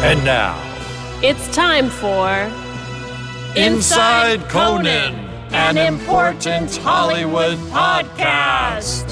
And now, It's time for Inside Conan, an important Hollywood podcast.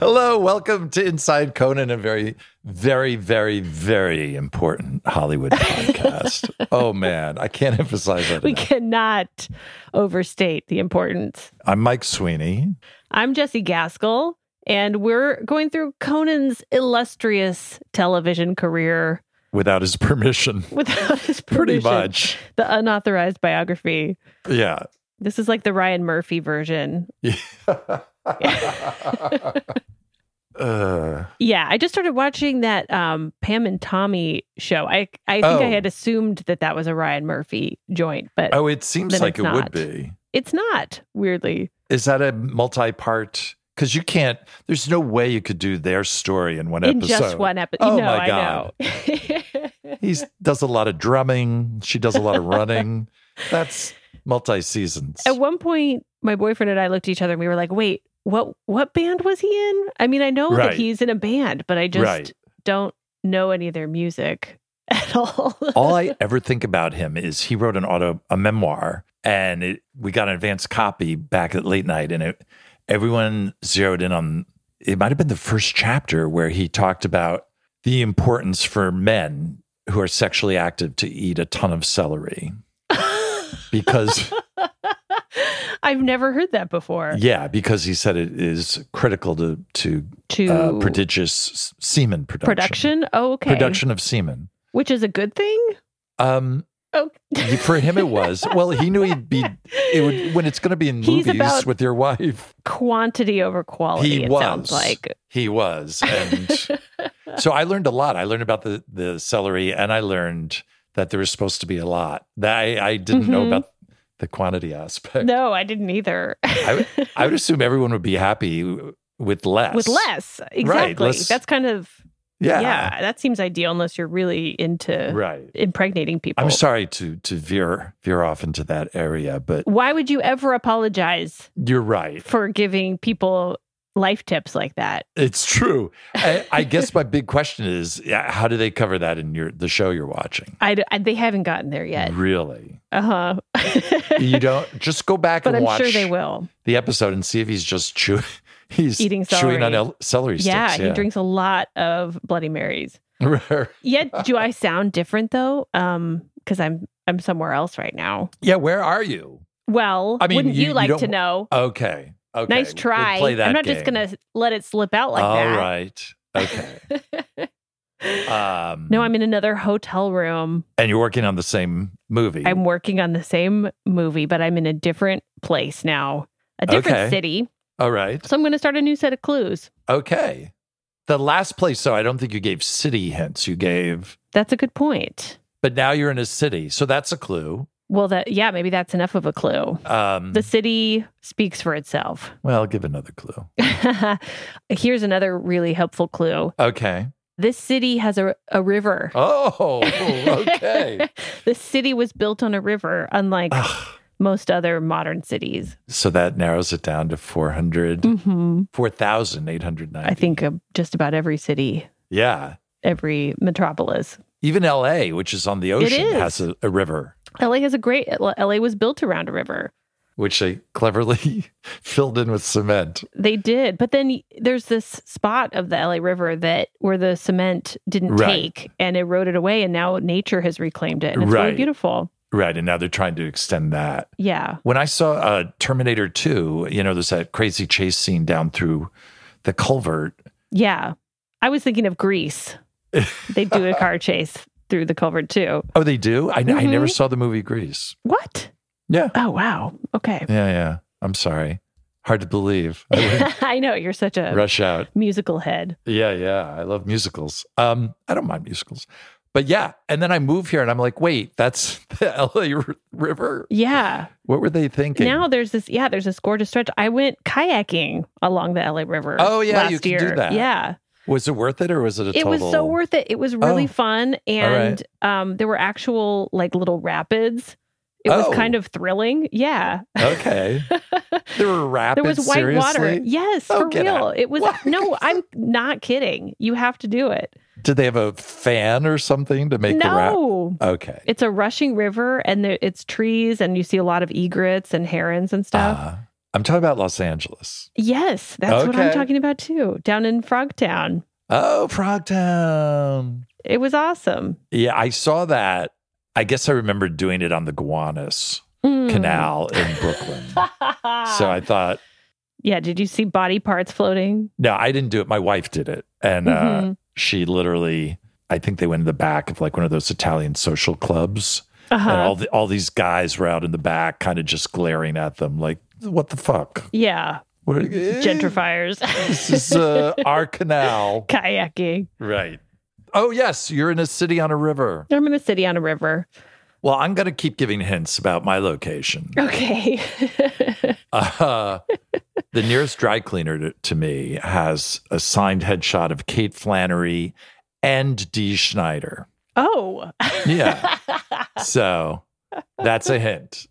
Hello, welcome to Inside Conan, a very, very, very, very important Hollywood podcast. oh man, I can't emphasize that. We enough. cannot overstate the importance. I'm Mike Sweeney. I'm Jesse Gaskell, and we're going through Conan's illustrious television career Without his permission, without his pretty permission. much. The unauthorized biography. Yeah. This is like the Ryan Murphy version. Uh, Yeah, I just started watching that um, Pam and Tommy show. I I think I Oh. had assumed that that was a Ryan Murphy joint, but oh, it seems Then like it's it would not. be. it's not. Weirdly, Is that a multi-part? Because you can't. There's no way you could do their story in one in episode. just one episode. Oh no, my I God. know. He does a lot of drumming. She does a lot of running. That's multi-seasons. At one point, my boyfriend and I looked at each other and we were like, "Wait, what? What band was he in?" I mean, I know Right. that he's in a band, but I just Right. don't know any of their music at all. All I ever think about him is he wrote an auto a memoir, and it, we got an advance copy back at late night, and it everyone zeroed in on. It might have been the first chapter where he talked about the importance for men who are sexually active to eat a ton of celery because I've never heard that before. yeah uh, because he said it is critical to to to uh, prodigious s- semen production production. Oh, okay. production of semen which is a good thing. um Oh, for him it was well he knew he'd be it would when it's going to be in He's movies about- with your wife quantity over quality. he it was sounds like he was and so i learned a lot i learned about the the celery and i learned that there was supposed to be a lot that i, I didn't know Mhm. about the quantity aspect no, I didn't either. I, I would assume everyone would be happy with less With less, exactly. less- That's kind of yeah, yeah. That seems ideal unless you're really into right impregnating people. i'm sorry to to veer veer off into that area but Why would you ever apologize you're right for giving people life tips like that? It's true. I, I guess my big question is, yeah, how do they cover that in your the show you're watching? I, d- I- they haven't gotten there yet. Really, Uh huh. you don't just go back but and I'm watch sure they will. the episode and see if he's just chewing. He's Eating chewing on celery. el- celery sticks. Yeah, he drinks a lot of Bloody Marys. drinks. Yet, do I sound different though? Um, because I'm I'm somewhere else right now. yeah, where are you? Well, I mean, wouldn't you- you, you like to don't- know? Okay, okay. nice we'll try. play that I'm not game. just gonna let it slip out like All that. right. Okay. Um, No, I'm in another hotel room. and you're working on the same movie. I'm working on the same movie, but I'm in a different place now, a different Okay. city. All right. So I'm going to start a new set of clues. Okay. The last place, though, I don't think you gave city hints. You gave That's a good point. but now you're in a city so that's a clue Well, that yeah, maybe that's enough of a clue. um The city speaks for itself. well give another clue Here's another really helpful clue. okay This city has a, a river. oh okay the city was built on a river, unlike Ugh. most other modern cities. so that narrows it down to 400 hmm 4890 I think uh, just about every city, yeah every metropolis. even la which is on the ocean is. has a, a river LA has a great, LA was built around a river. which they cleverly filled in with cement. They did, but then y- there's this spot of the LA River that where the cement didn't Right. take and eroded away, and now nature has reclaimed it, and it's really Right. beautiful. Right. And now they're trying to extend that. Yeah, When I saw uh, Terminator 2, you know, there's that crazy chase scene down through the culvert. yeah. I was thinking of Greece. they do a car chase through the culvert too. Oh, they do? I, I never Mhm. saw the movie Grease. What? Yeah. Oh wow. Okay. Yeah. Yeah. I'm sorry. Hard to believe. I would I know you're such a rush out. musical head. Yeah, yeah. I love musicals. Um, I don't mind musicals. But yeah, and then I move here and I'm like, wait, that's the LA r- River. Yeah. What were they thinking? Now there's this, yeah, there's this gorgeous stretch. I went kayaking along the LA River. Oh, yeah, last you can do year. that. Yeah, was it worth it or was it a it total? was so worth it. It was really Oh. fun, and um, there were actual like little rapids. It Oh. was kind of thrilling. Yeah, Okay. There were rapids. there was white water. seriously? Yes, Oh, for get real. out. It was What? no, I'm not kidding. You have to do it. Did they have a fan or something to make the rap? no. Okay. It's a rushing river and there, it's trees, and you see a lot of egrets and herons and stuff. Uh, I'm talking about Los Angeles. yes, that's what I'm okay. talking about too, down in Frogtown. Oh, Frogtown. It was awesome. Yeah, I saw that. I guess I remember doing it on the Gowanus Mm. Canal in Brooklyn. so I thought, yeah, did you see body parts floating? No, I didn't do it. My wife did it. And uh, Mhm. she literally, I think they went in the back of like one of those Italian social clubs. Uh-huh. And all, the, all these guys were out in the back, kind of just glaring at them like, what the fuck? yeah, What are, gentrifiers, This is uh, our canal. kayaking. Right. Oh, yes. You're in a city on a river. I'm in a city on a river. Well, I'm going to keep giving hints about my location. Okay. Uh, the nearest dry cleaner to, to me has a signed headshot of Kate Flannery and Dee Schneider. oh. Yeah. So that's a hint.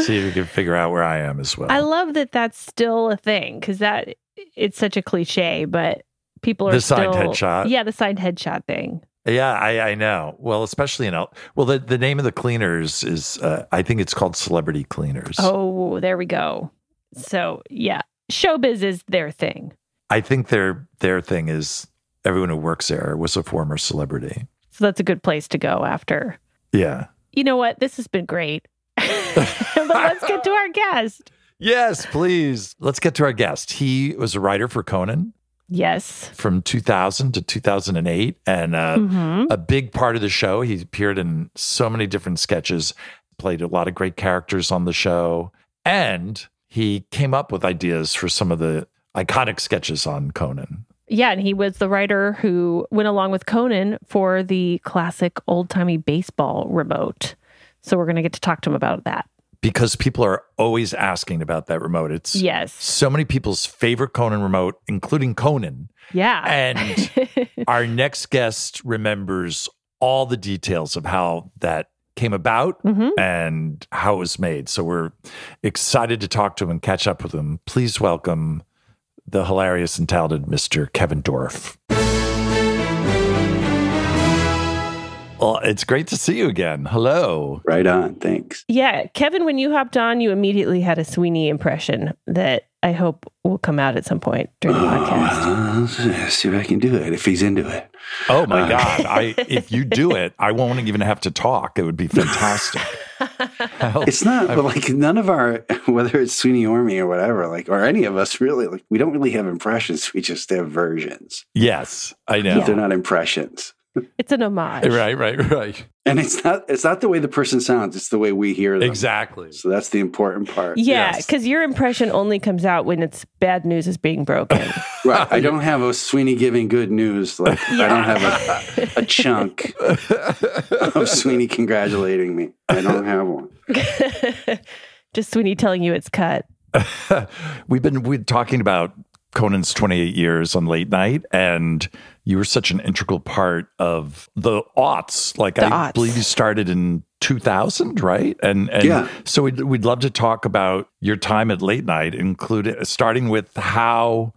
See if you can figure out where I am as well. I love that that's still a thing because that it's such a cliche, but people are The signed still- headshot. Yeah, the signed headshot thing. yeah, I, I know. Well, especially in El- well, the, the name of the cleaners is uh, I think it's called Celebrity Cleaners. Oh, there we go. So yeah, showbiz is their thing. I think their their thing is everyone who works there was a former celebrity. So that's a good place to go after Yeah. you know what? This has been great. but let's get to our guest. Yes, please. Let's get to our guest. He was a writer for Conan Yes. from 2000 to 2008, and uh, Mm-hmm. a big part of the show. He appeared in so many different sketches, played a lot of great characters on the show, and he came up with ideas for some of the iconic sketches on Conan. Yeah, and he was the writer who went along with Conan for the classic old timey baseball remote. So we're going to get to talk to him about that. Because people are always asking about that remote. It's Yes. so many people's favorite Conan remote, including Conan. Yeah. And our next guest remembers all the details of how that came about Mhm. and how it was made. So we're excited to talk to him and catch up with him. Please welcome the hilarious and talented Mr. Kevin Dorff. Well, it's great to see you again. Hello. Right on. Thanks. Yeah. Kevin, when you hopped on, you immediately had a Sweeney impression that I hope will come out at some point during the podcast. Uh, see if I can do it if he's into it. Oh my Uh. God. I if you do it, I won't even have to talk. It would be fantastic. Hell, It's not but like none of our whether it's Sweeney or me or whatever, like or any of us really, like we don't really have impressions. We just have versions. yes, I know. But They're not impressions. It's an homage. Right, right, right. And it's not it's not the way the person sounds, it's the way we hear them. Exactly. So that's the important part. Yeah, Yes. because your impression only comes out when it's bad news is being broken. Right. I don't have a Sweeney giving good news. Like I don't have a, a chunk of Sweeney congratulating me. I don't have one. Just Sweeney telling you it's cut. We've been we're talking about Conan's 28 years on late night, and you were such an integral part of the aughts. Like The I aughts. believe you started in 2000, right? And and Yeah. so we'd we'd love to talk about your time at late night, including starting with how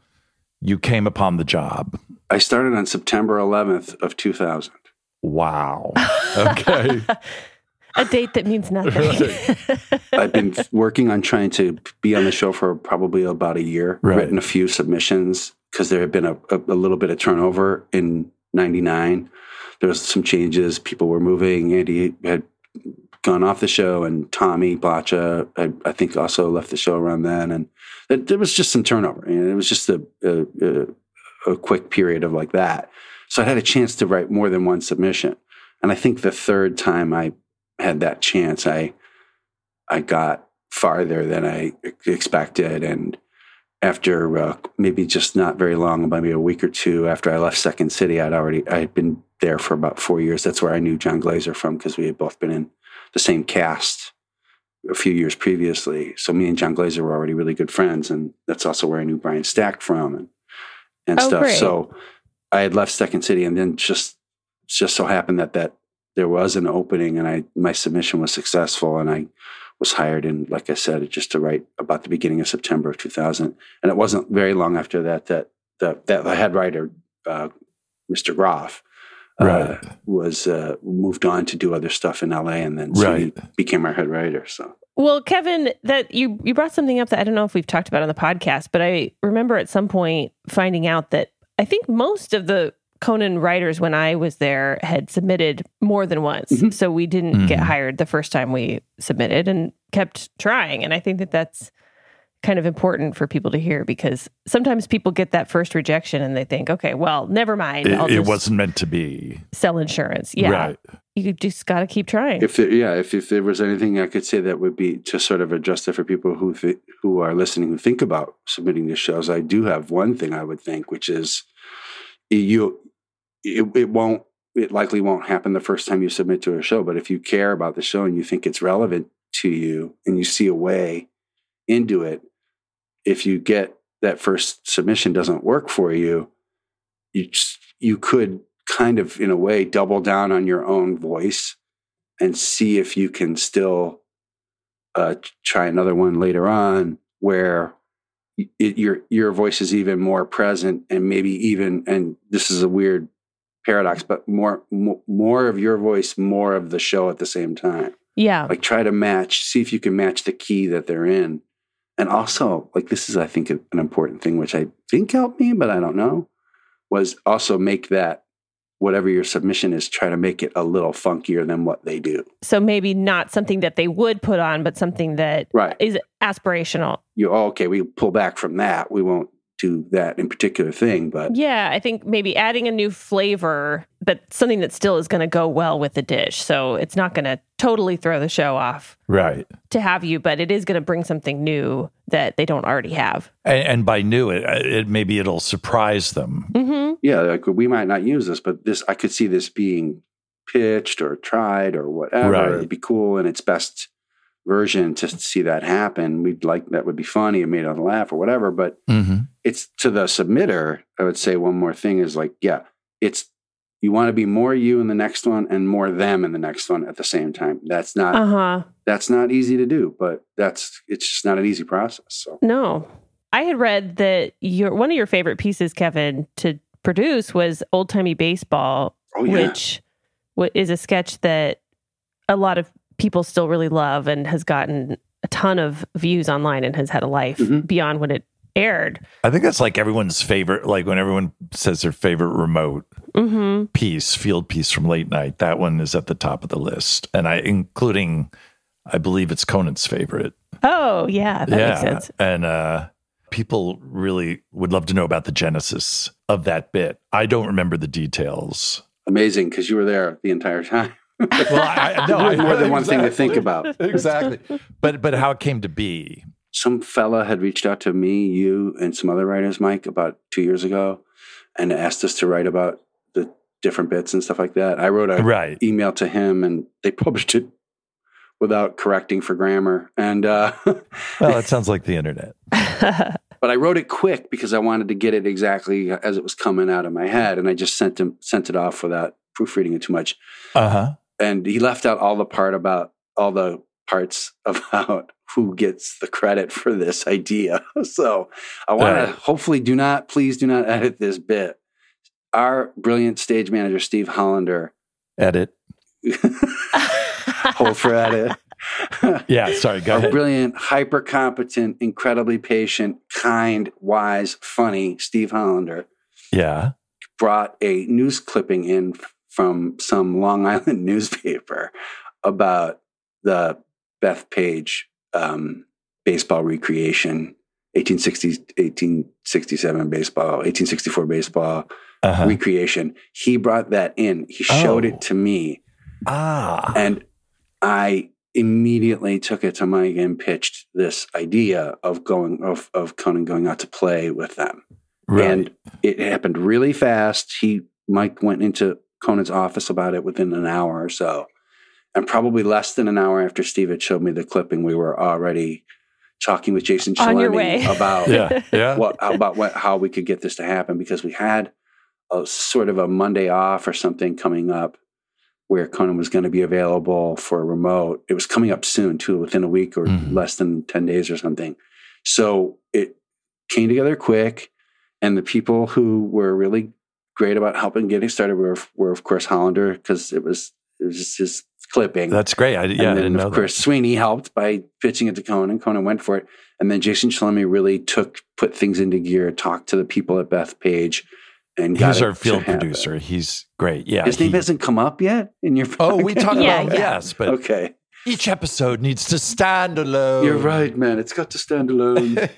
you came upon the job. I started on September eleventh of two thousand. Wow. Okay. a date that means nothing. I've been working on trying to be on the show for probably about a year. Right. Written a few submissions because there had been a, a, a little bit of turnover in '99. There was some changes. People were moving. Andy had gone off the show, and Tommy Bacha, I, I think, also left the show around then. And there, there was just some turnover, and it was just a, a, a, a quick period of like that. So I had a chance to write more than one submission. And I think the third time I had that chance, I I got farther than I expected. And after uh, maybe just not very long, maybe a week or two after I left Second City, I'd already I had been there for about four years. That's where I knew John Glazer from because we had both been in the same cast a few years previously. So me and John Glazer were already really good friends, and that's also where I knew Brian Stack from and and Oh, stuff. great. So I had left Second City, and then just just so happened that that there was an opening, and I my submission was successful, and I was hired in, like I said, just to write about the beginning of September of 2000. And it wasn't very long after that that that, that the head writer, uh, Mr. Groff, uh, Right. was uh, moved on to do other stuff in LA, and then so he became our head writer. So Well, Kevin, that you you brought something up that I don't know if we've talked about on the podcast, but I remember at some point finding out that I think most of the Conan writers when I was there had submitted more than once. Mhm. So we didn't get Mhm. hired the first time we submitted and kept trying and I think that that's kind of important for people to hear because sometimes people get that first rejection and they think, "Okay, well, never mind. I'll It, it just wasn't meant to be. sell insurance." Yeah. Right. You just got to keep trying. if there, yeah, if, if there was anything I could say that would be to sort of address it for people who th- who are listening who think about submitting these shows, I do have one thing I would think, which is you it, it won't it likely won't happen the first time you submit to a show, but if you care about the show and you think it's relevant to you and you see a way into it, if you get that first submission doesn't work for you, you just, you could kind of in a way double down on your own voice and see if you can still uh, t- try another one later on where y- it, your your voice is even more present and maybe even and this is a weird paradox but more mo- more of your voice more of the show at the same time yeah. like try to match see if you can match the key that they're in and also like this is i think an important thing which i think helped me but i don't know was also make that whatever your submission is try to make it a little funkier than what they do So maybe not something that they would put on, but something that right is aspirational. you oh, okay we pull back from that we won't do that in particular thing but Yeah, I think maybe adding a new flavor, but something that still is going to go well with the dish. So it's not going to totally throw the show off Right. to have you, but it is going to bring something new that they don't already have. And, and by new, it, it maybe it'll surprise them. Mm-hmm. yeah like we might not use this but this i could see this being pitched or tried or whatever Right. it'd be cool in its best version to see that happen we'd like that would be funny and made on laugh or whatever but Mm-hmm. it's to the submitter i would say one more thing is like yeah it's you want to be more you in the next one and more them in the next one at the same time that's not Uh huh. that's not easy to do but that's it's just not an easy process so No. I had read that your one of your favorite pieces, Kevin, to produce was old timey baseball, oh yeah which wh- is a sketch that a lot of people still really love and has gotten a ton of views online and has had a life Mhm. beyond when it aired. I think that's like everyone's favorite, like when everyone says their favorite remote Mm-hmm. piece, field piece from late night, that one is at the top of the list. And I, including, I believe it's Conan's favorite. Oh, yeah, that makes sense. And uh, people really would love to know about the genesis of that bit. I don't remember the details. amazing because you were there the entire time. Well, I, I- no, I- more than one thing to think about. Exactly. But but how it came to be. Some fella had reached out to me, you, and some other writers, Mike, about two years ago, and asked us to write about the different bits and stuff like that. I wrote a Right. email to him, and they published it without correcting for grammar. And uh, Well, that sounds like the internet. but I wrote it quick because I wanted to get it exactly as it was coming out of my head, and I just sent him sent it off without proofreading it too much. Uh huh. and he left out all the part about all the parts about who gets the credit for this idea. So I want All right. to hopefully do not, please do not edit this bit. Our brilliant stage manager, Steve Hollander, Edit. Holford at it. Yeah, sorry, go Our ahead. brilliant, hyper competent, incredibly patient, kind, wise, funny Steve Hollander Yeah. brought a news clipping in from some Long Island newspaper about the Beth Page um, baseball recreation, 1860, 1867 baseball, 1864 baseball Uh-huh. recreation. He brought that in. He showed Oh. it to me, Ah. and I immediately took it to Mike and pitched this idea of going of of Conan going out to play with them. Right. And it happened really fast. He Mike went into Conan's office about it within an hour or so. And probably less than an hour after Steve had showed me the clipping, we were already talking with Jason On your way. Chalemi about yeah. Yeah. what about what how we could get this to happen because we had a sort of a Monday off or something coming up where Conan was going to be available for a remote. It was coming up soon too, within a week or Mhm. less than ten days or something. So it came together quick, and the people who were really great about helping getting started were were of course Hollander because it was it was just his clipping. That's great. I, yeah, I and didn't then, know of course, Sweeney helped by pitching it to Conan. Conan went for it. And then Jason Chalemi really took, put things into gear, talked to the people at Beth Page, and that. got He's it our to field happen. producer. He's great. Yeah. His name he- hasn't come up yet in your Oh, we podcast? talk Yeah, about yeah. yes, but Oh. Okay. each episode needs to stand alone. You're right, man. It's got to stand alone.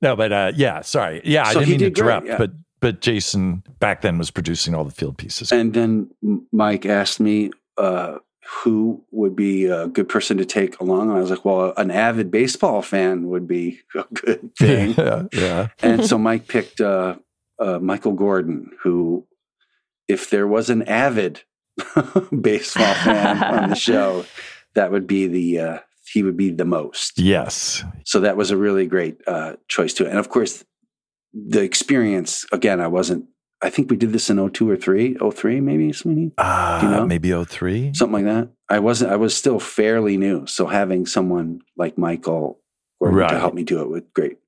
No, but uh, yeah, sorry. Yeah, I So didn't he mean did to great, interrupt, yeah. but but Jason back then was producing all the field pieces. And then M- Mike asked me uh, who would be a good person to take along. And I was like, well, an avid baseball fan would be a good thing. yeah, yeah. and so Mike picked uh, uh, Michael Gordon, who, if there was an avid baseball fan on the show, that would be the uh, he would be the most. Yes. So that was a really great uh, choice too. And of course, the experience again. I wasn't. I think we did this in 02 or 3, 03 maybe, Sweeney, Uh, You know? Maybe 03? something like that. I wasn't. I was still fairly new, so having someone like Michael Gordon Right. to help me do it was great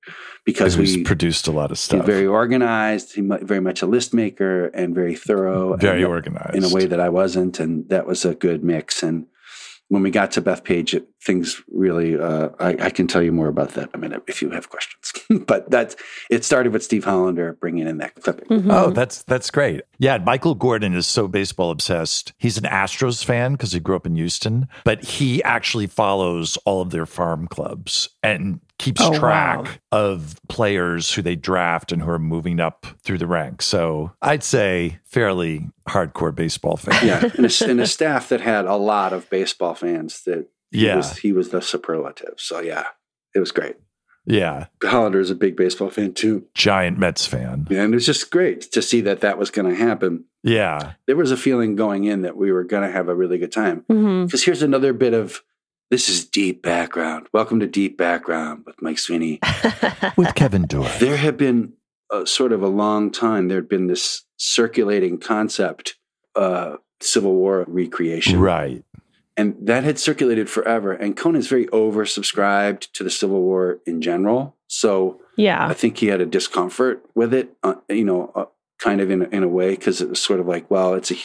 Because because we he's produced a lot of He's stuff. very organized. He mu- very much a list maker and very thorough. and Very organized. in a way that I wasn't, and that was a good mix. And when we got to Beth Page, it, things really. Uh, I, I can tell you more about that in a minute if you have questions. but that's it. Started with Steve Hollander bringing in that clipping. Hmm. Mm-hmm. Oh, that's that's great. Yeah, Michael Gordon is so baseball obsessed. He's an Astros fan because he grew up in Houston, but he actually follows all of their farm clubs and keeps Oh, track wow. of players who they draft and who are moving up through the ranks. So I'd say fairly hardcore baseball fan. Yeah, and a, s- and a staff that had a lot of baseball fans. That he Yeah. was, he was the superlative. So yeah, it was great. yeah. Hollander is a big baseball fan too, Giant Mets fan. and it was just great to see that that was going to happen. Yeah. there was a feeling going in that we were going to have a really good time. Mm-hmm. Because here's another bit of this is deep background. Welcome to Deep Background with Mike Sweeney. With Kevin Dorr. there had been a, sort of a long time, there had been this circulating concept, uh, Civil War recreation. Right. And that had circulated forever. And Conan's very oversubscribed to the Civil War in general. So I Yeah. think he had a discomfort with it, uh, you know, uh, kind of in a- in a way because it was sort of like, well, it's a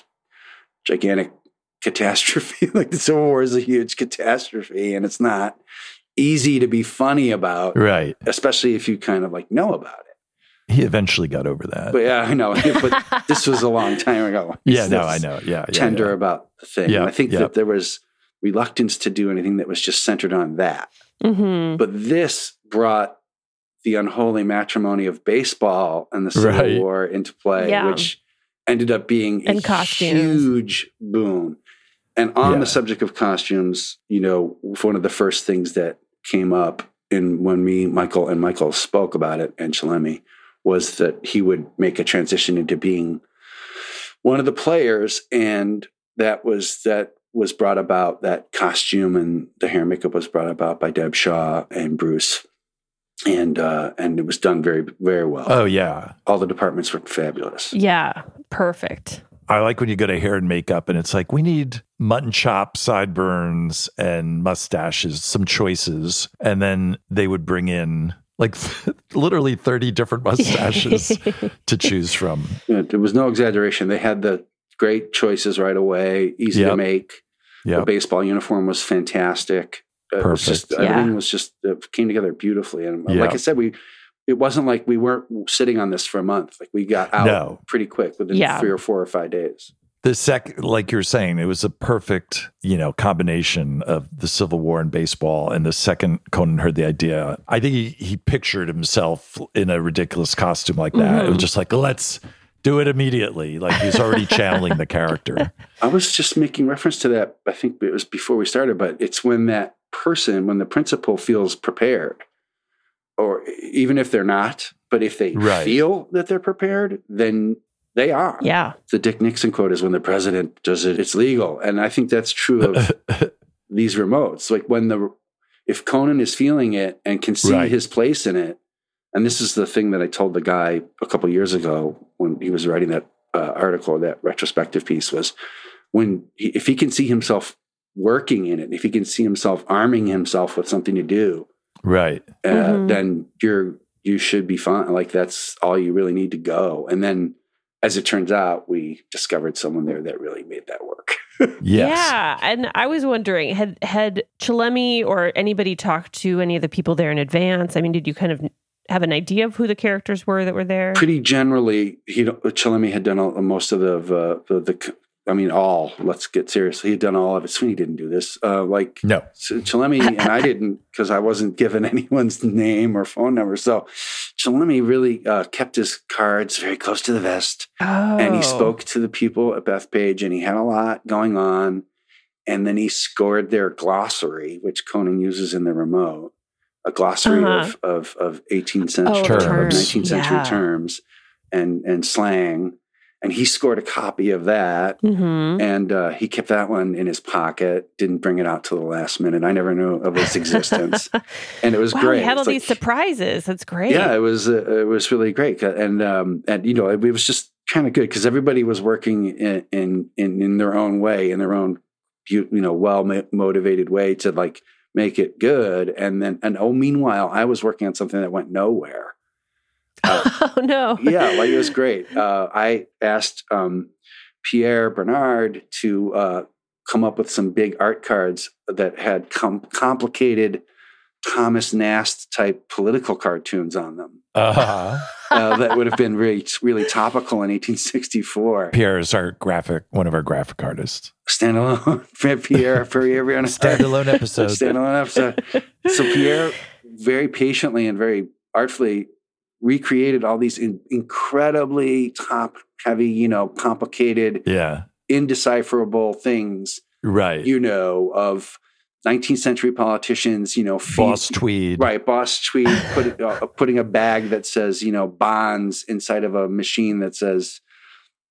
gigantic catastrophe. like the Civil War is a huge catastrophe, and it's not easy to be funny about, Right. especially if you kind of like know about it. He eventually got over that. But yeah, I know. but this was a long time ago. Uh, yeah, no, This I know. Yeah. yeah, Tender yeah. about the thing. Yeah, And I think yeah. that there was reluctance to do anything that was just centered on that. Mm-hmm. But this brought the unholy matrimony of baseball and the Civil Right. War into play, Yeah. which ended up being And a costumes. huge boon. And on Yeah. the subject of costumes, you know, one of the first things that came up in when me, Michael, and Michael spoke about it and Chalemi was that he would make a transition into being one of the players and that was that was brought about that costume and the hair and makeup was brought about by deb shaw and bruce and uh and it was done very very well Oh, yeah. all the departments were fabulous Yeah. Perfect. I like when you go to hair and makeup and it's like, we need mutton chop, sideburns, and mustaches, some choices. And then they would bring in like literally 30 different mustaches to choose from. Yeah, there was no exaggeration they had the great choices right away easy to Yep. make Yep. The baseball uniform was fantastic. Uh, It was just, Perfect. Yeah. Everything was just it came together beautifully. And uh, Yeah. like I said, we it wasn't like we weren't sitting on this for a month. Like we got out No. pretty quick within Yeah. three or four or five days. The sec, like you're saying, it was a perfect, you know, combination of the Civil War and baseball. And the second Conan heard the idea, I think he, he pictured himself in a ridiculous costume like that. It was just like, let's do it immediately. Like he's already channeling the character. I was just making reference to that. I think it was before we started, but it's when that person, when the principal feels prepared, or even if they're not, but if they Right. feel that they're prepared, then they are. Yeah. The Dick Nixon quote is when the president does it, it's legal. And I think that's true of these remotes. Like when the, if Conan is feeling it and can see Right. his place in it, and this is the thing that I told the guy a couple years ago when he was writing that uh, article, that retrospective piece was when he, if he can see himself working in it, if he can see himself arming himself with something to do, right. uh, Mhm. then you're you should be fine. Like that's all you really need to go. And then, as it turns out, we discovered someone there that really made that work. Yes. Yeah. And I was wondering, had had Chalemi or anybody talked to any of the people there in advance? I mean, did you kind of have an idea of who the characters were that were there? Pretty generally, he Chillemi had done all, most of the, the the the. c- I mean, all. Let's get serious. He had done all of it. Sweeney didn't do this. Uh, like No. So Chalemi and I didn't because I wasn't given anyone's name or phone number. So Chalemi really uh, kept his cards very close to the vest oh. and he spoke to the people at Bethpage and he had a lot going on. And then he scored their glossary, which Conan uses in the remote, a glossary Uh-huh. of, of, of 18th century Oh, Terms. terms, 19th century yeah. terms and, and slang. And he scored a copy of that hmm and uh, he kept that one in his pocket. Didn't bring it out till the last minute. I never knew of its existence, and it was wow, great. we had all It's like- these surprises. That's great. yeah, it was uh, it was really great, and um, and you know it was just kind of good because everybody was working in, in in in their own way, in their own you, you know well mo- motivated way to like make it good, and then and oh meanwhile I was working on something that went nowhere oh no. yeah, like it was great. Uh, I asked um, Pierre Bernard to uh, come up with some big art cards that had com- complicated Thomas Nast type political cartoons on them. Uh-huh. Uh, that would have been really, really topical in 1864. Pierre is our graphic, one of our graphic artists. Standalone for Pierre for every on Standalone episode. Standalone episode. so Pierre very patiently and very artfully recreated all these in- incredibly top heavy, you know, complicated, Yeah. indecipherable things, Right. you know, of 19th century politicians, you know, feed- Boss Tweed. Right, boss tweet put, uh, putting a bag that says you know bonds inside of a machine that says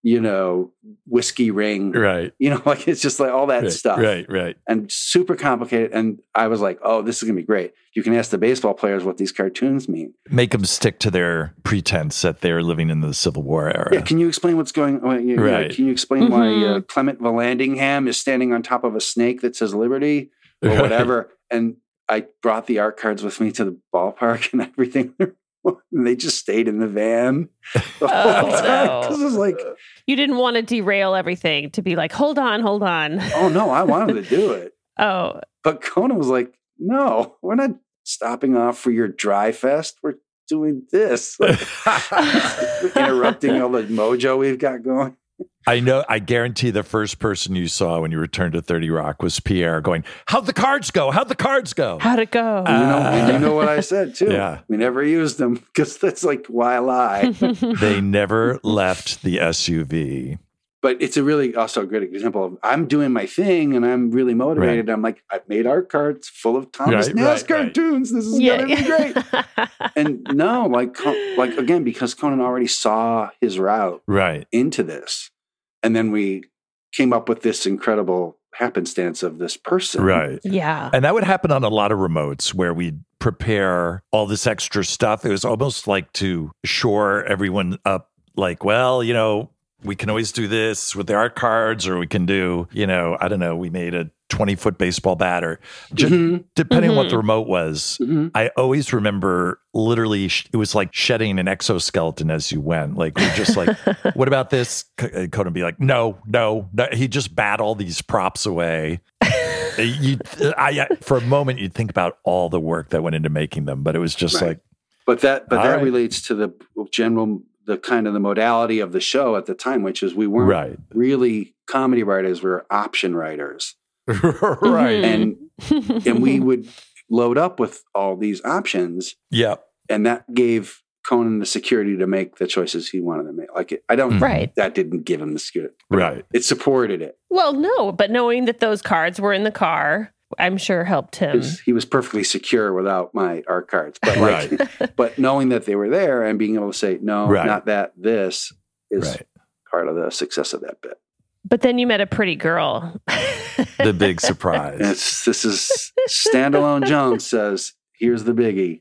you know whiskey ring. Right. You know, like it's just like all that right, stuff Right. Right. and super complicated. And I was like, oh, this is gonna be great. You can ask the baseball players what these cartoons mean. Make them stick to their pretense that they're living in the Civil War era. Yeah, can you explain what's going on? You know, Right. Can you explain why uh, Mhm. Clement Vallandigham is standing on top of a snake that says liberty or Right. whatever? And I brought the art cards with me to the ballpark and everything. And they just stayed in the van the whole Oh, time. no. 'Cause it's like, You didn't want to derail everything to be like, hold on, hold on. oh no, I wanted to do it. Oh, But Conan was like, no, we're not stopping off for your dry fest. We're doing this. Like, interrupting all the mojo we've got going. I know. I guarantee the first person you saw when you returned to Thirty Rock was Pierre going, "How'd the cards go? How'd the cards go?" how'd it go? And you, know, and you Uh, know what I said too. yeah. We never used them because that's like why lie. they never left the SUV. but it's a really also a good example of I'm doing my thing and I'm really motivated. I'm like, I've made art cards full of Thomas Right, Nast right, right. cartoons. This is yeah. gonna be great. And no, like Con- like again, because Conan already saw his route Right. into this. And then we came up with this incredible happenstance of this person. Right. yeah. And that would happen on a lot of remotes where we'd prepare all this extra stuff. It was almost like to shore everyone up, like, well, you know, we can always do this with the art cards, or we can do, you know, I don't know, we made a 20 foot baseball bat, or just Mhm. depending on what Mhm. the remote was. Mhm. I always remember literally, sh- it was like shedding an exoskeleton as you went. Like, we're just like, what about this? C- and Conan would be like, no, no, no. He just bat all these props away. Uh, you, I, I- for a moment, you'd think about all the work that went into making them, but it was just Right. like, But that but All that right. relates to the general the kind of the modality of the show at the time, which is we weren't right, really comedy writers, we were option writers. right, Mm-hmm. And and we would load up with all these options yeah, and that gave Conan the security to make the choices he wanted to make. Like it, I Hmm. don't right. that didn't give him the security. right, It supported it. Well, no, but knowing that those cards were in the car, I'm sure helped him. Because he was perfectly secure without my art cards. But like, but knowing that they were there and being able to say, no, Right. not that, this is right. part of the success of that bit. But then you met a pretty girl. The big And surprise. it's, this is Standalone Jones says, here's the biggie.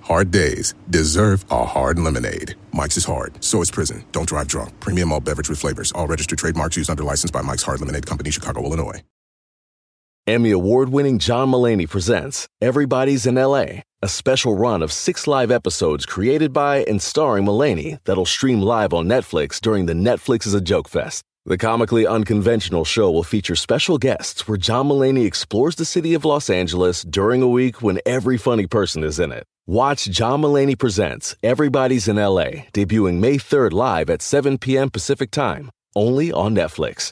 Hard days deserve a hard lemonade. Mike's is hard, so is prison. Don't drive drunk. Premium all beverage with flavors. All registered trademarks used under license by Mike's Hard Lemonade Company, Chicago, Illinois. Emmy award winning John Mullaney presents Everybody's in LA, a special run of six live episodes created by and starring Mullaney that'll stream live on Netflix during the Netflix is a Joke Fest. The comically unconventional show will feature special guests where John Mullaney explores the city of Los Angeles during a week when every funny person is in it. Watch John Mullaney Presents Everybody's in LA, debuting May 3rd live at 7 p.m. Pacific Time, only on Netflix.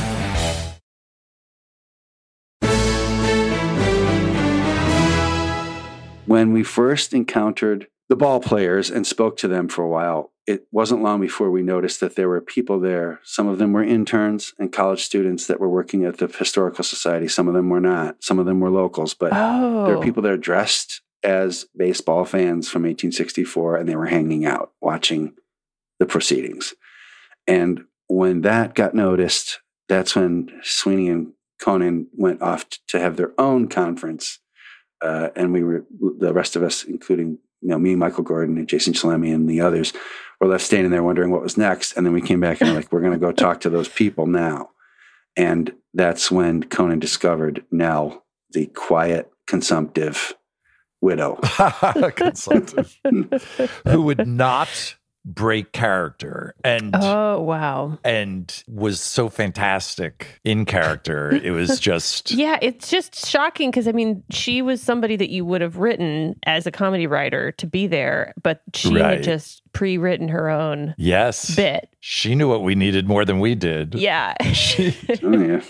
When we first encountered the ball players and spoke to them for a while, it wasn't long before we noticed that there were people there. Some of them were interns and college students that were working at the Historical Society. Some of them were not. Some of them were locals, but oh. there are people that are dressed as baseball fans from 1864 and they were hanging out watching the proceedings and when that got noticed that's when sweeney and conan went off t- to have their own conference uh, and we were the rest of us including you know me michael gordon and jason chalemi and the others were left standing there wondering what was next and then we came back and we're like we're going to go talk to those people now and that's when conan discovered nell the quiet, consumptive widow. Consultant. Who would not break character and Oh, wow. and was so fantastic in character. It was just Yeah, it's just shocking because I mean, she was somebody that you would have written as a comedy writer to be there, but she Right. had just pre written her own yes. bit. She knew what we needed more than we did. Yeah. She Oh, yeah.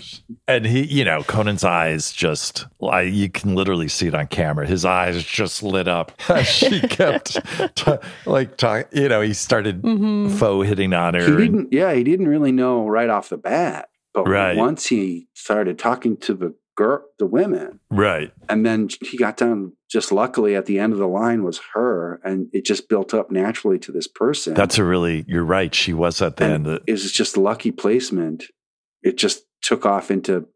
and he, you know, Conan's eyes just I, you can literally see it on camera. His eyes just lit up. she kept t- like talk, you know, he started Mhm. faux hitting on her. He and- didn't. Yeah, he didn't really know right off the bat, but Right. once he started talking to the girl, the women, right. and then he got down. Just luckily, at the end of the line was her, and it just built up naturally to this person. That's a really you're right. She was at the and end. uh, it was just lucky placement. It just took off into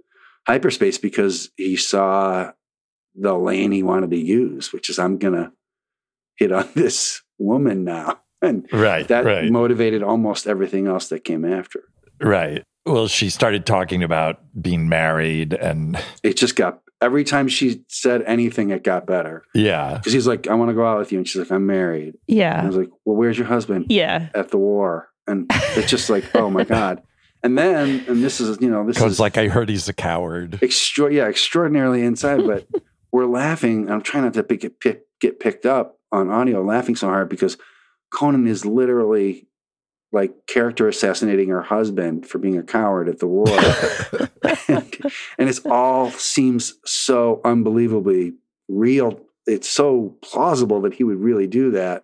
hyperspace because he saw the lane he wanted to use, which is I'm gonna hit on this woman now. And Right, that right. motivated almost everything else that came after. Right. Well, she started talking about being married and It just got every time she said anything, it got better. yeah. Because he's like, I want to go out with you. And she's like, I'm married. And I Yeah. was like, Well, where's your husband? Yeah. At the war. And it's just like, oh my God. And then, and this is, you know, this Because is like I heard he's a coward. extra, yeah, extraordinarily inside, but we're laughing. I'm trying not to be, get, pick, get picked up on audio laughing so hard because Conan is literally like character assassinating her husband for being a coward at the war. and, and it's all seems so unbelievably real. It's so plausible that he would really do that.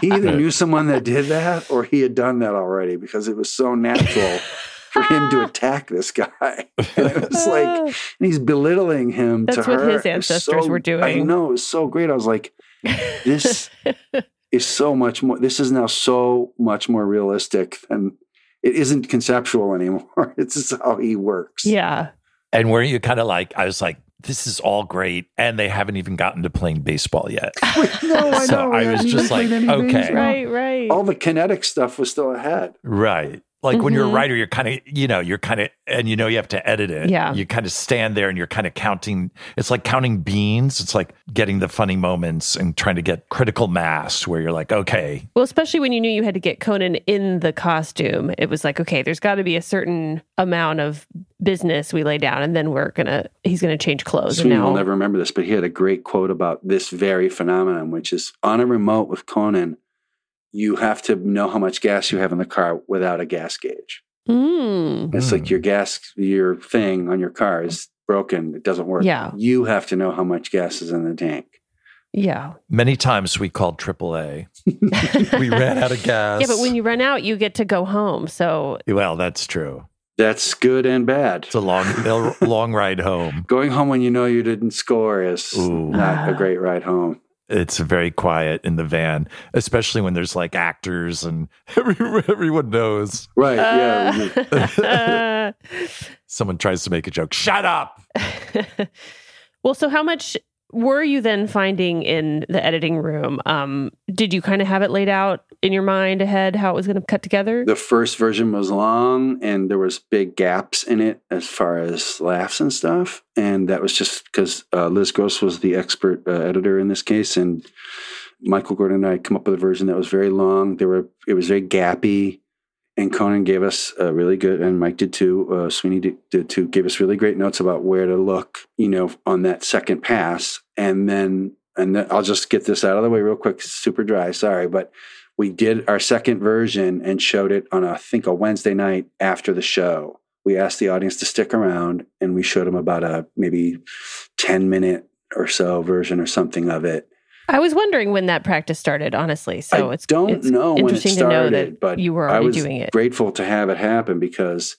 he either knew someone that did that or he had done that already because it was so natural for him to attack this guy. And it was like, Ah. and he's belittling him That's to what her. his It was ancestors so- were doing. I know it was so great. I was like, this is so much more. This is now so much more realistic than it isn't conceptual anymore. It's just how he works. yeah. And were you kind of like, I was like, this is all great. And they haven't even gotten to playing baseball yet. No, I So know. we I was just haven't even like, played any games okay. yet. Right, right. All the kinetic stuff was still ahead. Right. Like when you're a Mm-hmm. Mhm. writer, you're kind of, you know, you're kind of, and you know you have to edit it. Yeah. You kind of stand there and you're kind of counting. It's like counting beans. It's like getting the funny moments and trying to get critical mass where you're like, okay, Well, especially when you knew you had to get Conan in the costume, it was like, okay, there's got to be a certain amount of business we lay down, and then we're gonna he's gonna change clothes. and Sweeney now, will never remember this, but he had a great quote about this very phenomenon, which is on a remote with Conan, you have to know how much gas you have in the car without a gas gauge. Mm. It's Hmm. like your gas, your thing on your car is broken. It doesn't work. Yeah. You have to know how much gas is in the tank. yeah, many times we called AAA. we ran out of gas. yeah. But when you run out, you get to go home. So well, that's true. That's good and bad. It's a long, a long ride home. Going home when you know you didn't score is Ooh. not a Ah. great ride home. It's very quiet in the van, especially when there's like actors and everyone knows. Right. yeah. yeah. Someone tries to make a joke. Shut up. well, so how much were you then finding in the editing room? Um, did you kind of have it laid out in your mind ahead how it was going to cut together? The first version was long and there was big gaps in it as far as laughs and stuff. And that was just because uh, Liz Gross was the expert uh, editor in this case. And Michael Gordon and I come up with a version that was very long. There were It was very gappy. And Conan gave us a really good, and Mike did too. Uh, Sweeney did, did too. Gave us really great notes about where to look, you know, on that second pass. And then, and then I'll just get this out of the way real quick. Super dry, sorry, but we did our second version and showed it on I think a Wednesday night after the show. We asked the audience to stick around, and we showed them about a maybe ten minute or so version or something of it. I was wondering when that practice started, honestly. So I it's don't it's know when it interesting to know started, that but you were I already was doing it. grateful to have it happen because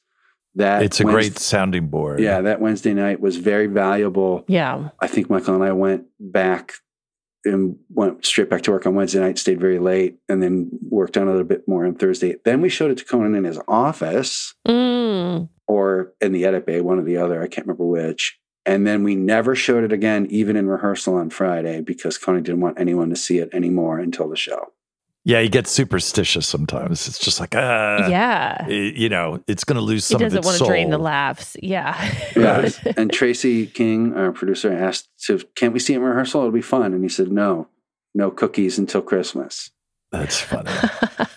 that It's a Wednes- great sounding board. Yeah, that Wednesday night was very valuable. Yeah. I think Michael and I went back and went straight back to work on Wednesday night, stayed very late, and then worked on it a little bit more on Thursday. Then we showed it to Conan in his office Mm. or in the edit bay, one or the other. I can't remember which. And then we never showed it again, even in rehearsal on Friday, because Conan didn't want anyone to see it anymore until the show. Yeah, you get superstitious sometimes. It's just like, uh, yeah. i- you know, it's going to lose He some of doesn't its want to soul. drain the laughs. Yeah. Yeah. and Tracy King, our producer, asked, to, Can't we see it in rehearsal? It'll be fun. And he said, No, no cookies until Christmas. That's funny.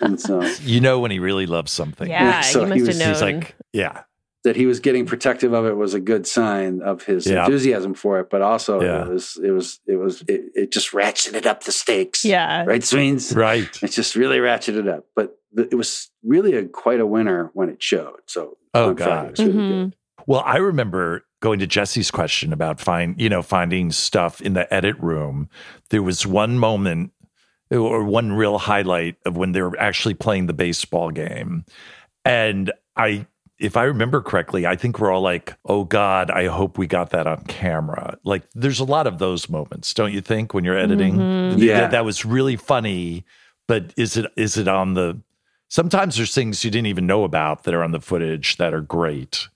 And so. you know when he really loves something. yeah. So you he must was- have He's known. like, yeah, that he was getting protective of it was a good sign of his Yeah. enthusiasm for it, but also Yeah. it was it was it was it, it just ratcheted up the stakes. yeah. Right, Sweens? right. It just really ratcheted up. But th- it was really a quite a winner when it showed. So Oh, on Friday, God. it was really Mhm. good. Well, I remember going to Jesse's question about find, you know, finding stuff in the edit room. There was one moment or one real highlight of when they were actually playing the baseball game. And I if I remember correctly, I think we're all like, "Oh god, I hope we got that on camera." Like there's a lot of those moments, don't you think, when you're editing? Mhm. Th- Yeah. That, was really funny, but is it is it on the Sometimes there's things you didn't even know about that are on the footage that are great.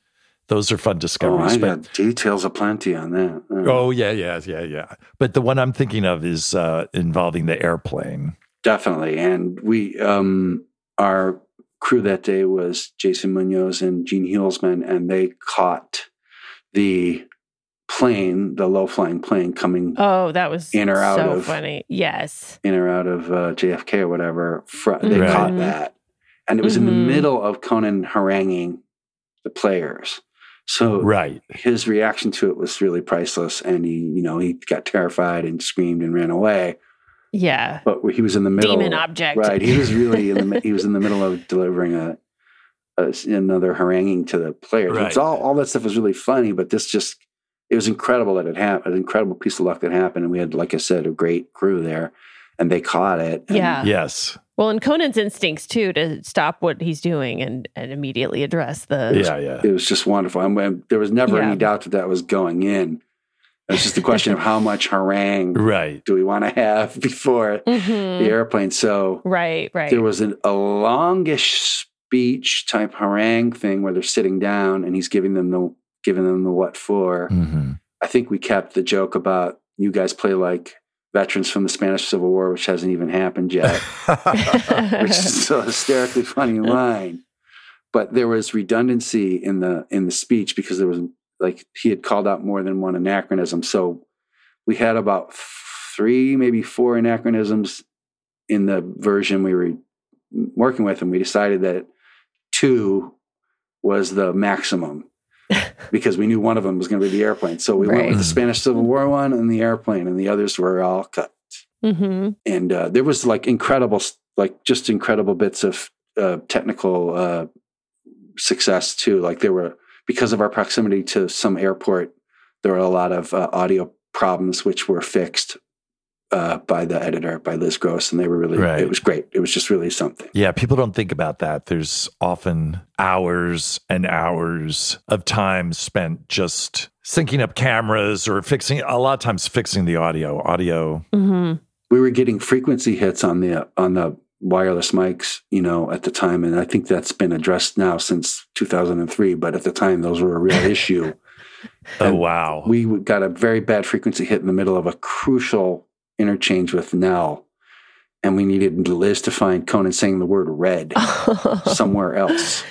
Those are fun Oh, discoveries. I but got details aplenty on that. Uh, Oh yeah, yeah, yeah, yeah. But the one I'm thinking of is uh, involving the airplane. Definitely. And we, um, our crew that day was Jason Munoz and Gene Heelsman, and they caught the plane, the low flying plane coming Oh, that was In or out so of- funny. Yes. in or out of uh, JFK or whatever. Fr- they Right. caught that. And it was in Mhm. the middle of Conan haranguing the players. So Right. his reaction to it was really priceless. And he, you know, he got terrified and screamed and ran away. Yeah. But he was in the middle. Demon object. Right. He was really in the he was in the middle of delivering a, a another haranguing to the players. Right. It's all all that stuff was really funny, but this just it was incredible that it happened. An incredible piece of luck that happened, and we had, like I said, a great crew there, and they caught it. And Yeah. Yes. Well, and Conan's instincts too to stop what he's doing and and immediately address the Yeah, yeah. It was just wonderful. And when- there was never Yeah. any doubt that that was going in. It's just a question of how much harangue Right. do we want to have before Mhm. the airplane. So Right, right. there was an, a longish speech type harangue thing where they're sitting down and he's giving them the giving them the what for. hmm I think we kept the joke about you guys play like veterans from the Spanish Civil War, which hasn't even happened yet, which is a hysterically funny line. But there was redundancy in the in the speech because there was like he had called out more than one anachronism. So we had about three, maybe four anachronisms in the version we were working with, and we decided that two was the maximum because we knew one of them was going to be the airplane. So we went Right. with the Spanish Civil War one and the airplane, and the others were all cut. Mhm. And uh, there was like incredible, like just incredible bits of uh, technical uh, success too. Like there were because of our proximity to some airport, there were a lot of uh, audio problems which were fixed uh, by the editor, by Liz Gross, and they were really. Right. It was great. It was just really something. Yeah, people don't think about that. There's often hours and hours of time spent just syncing up cameras or fixing a lot of times fixing the audio. Audio. Mhm. we were getting frequency hits on the on the wireless mics, you know, at the time, and I think that's been addressed now since 2003. But at the time, those were a real issue. Oh And wow. We got a very bad frequency hit in the middle of a crucial interchange with Nell, and we needed Liz to find Conan saying the word "red" somewhere else.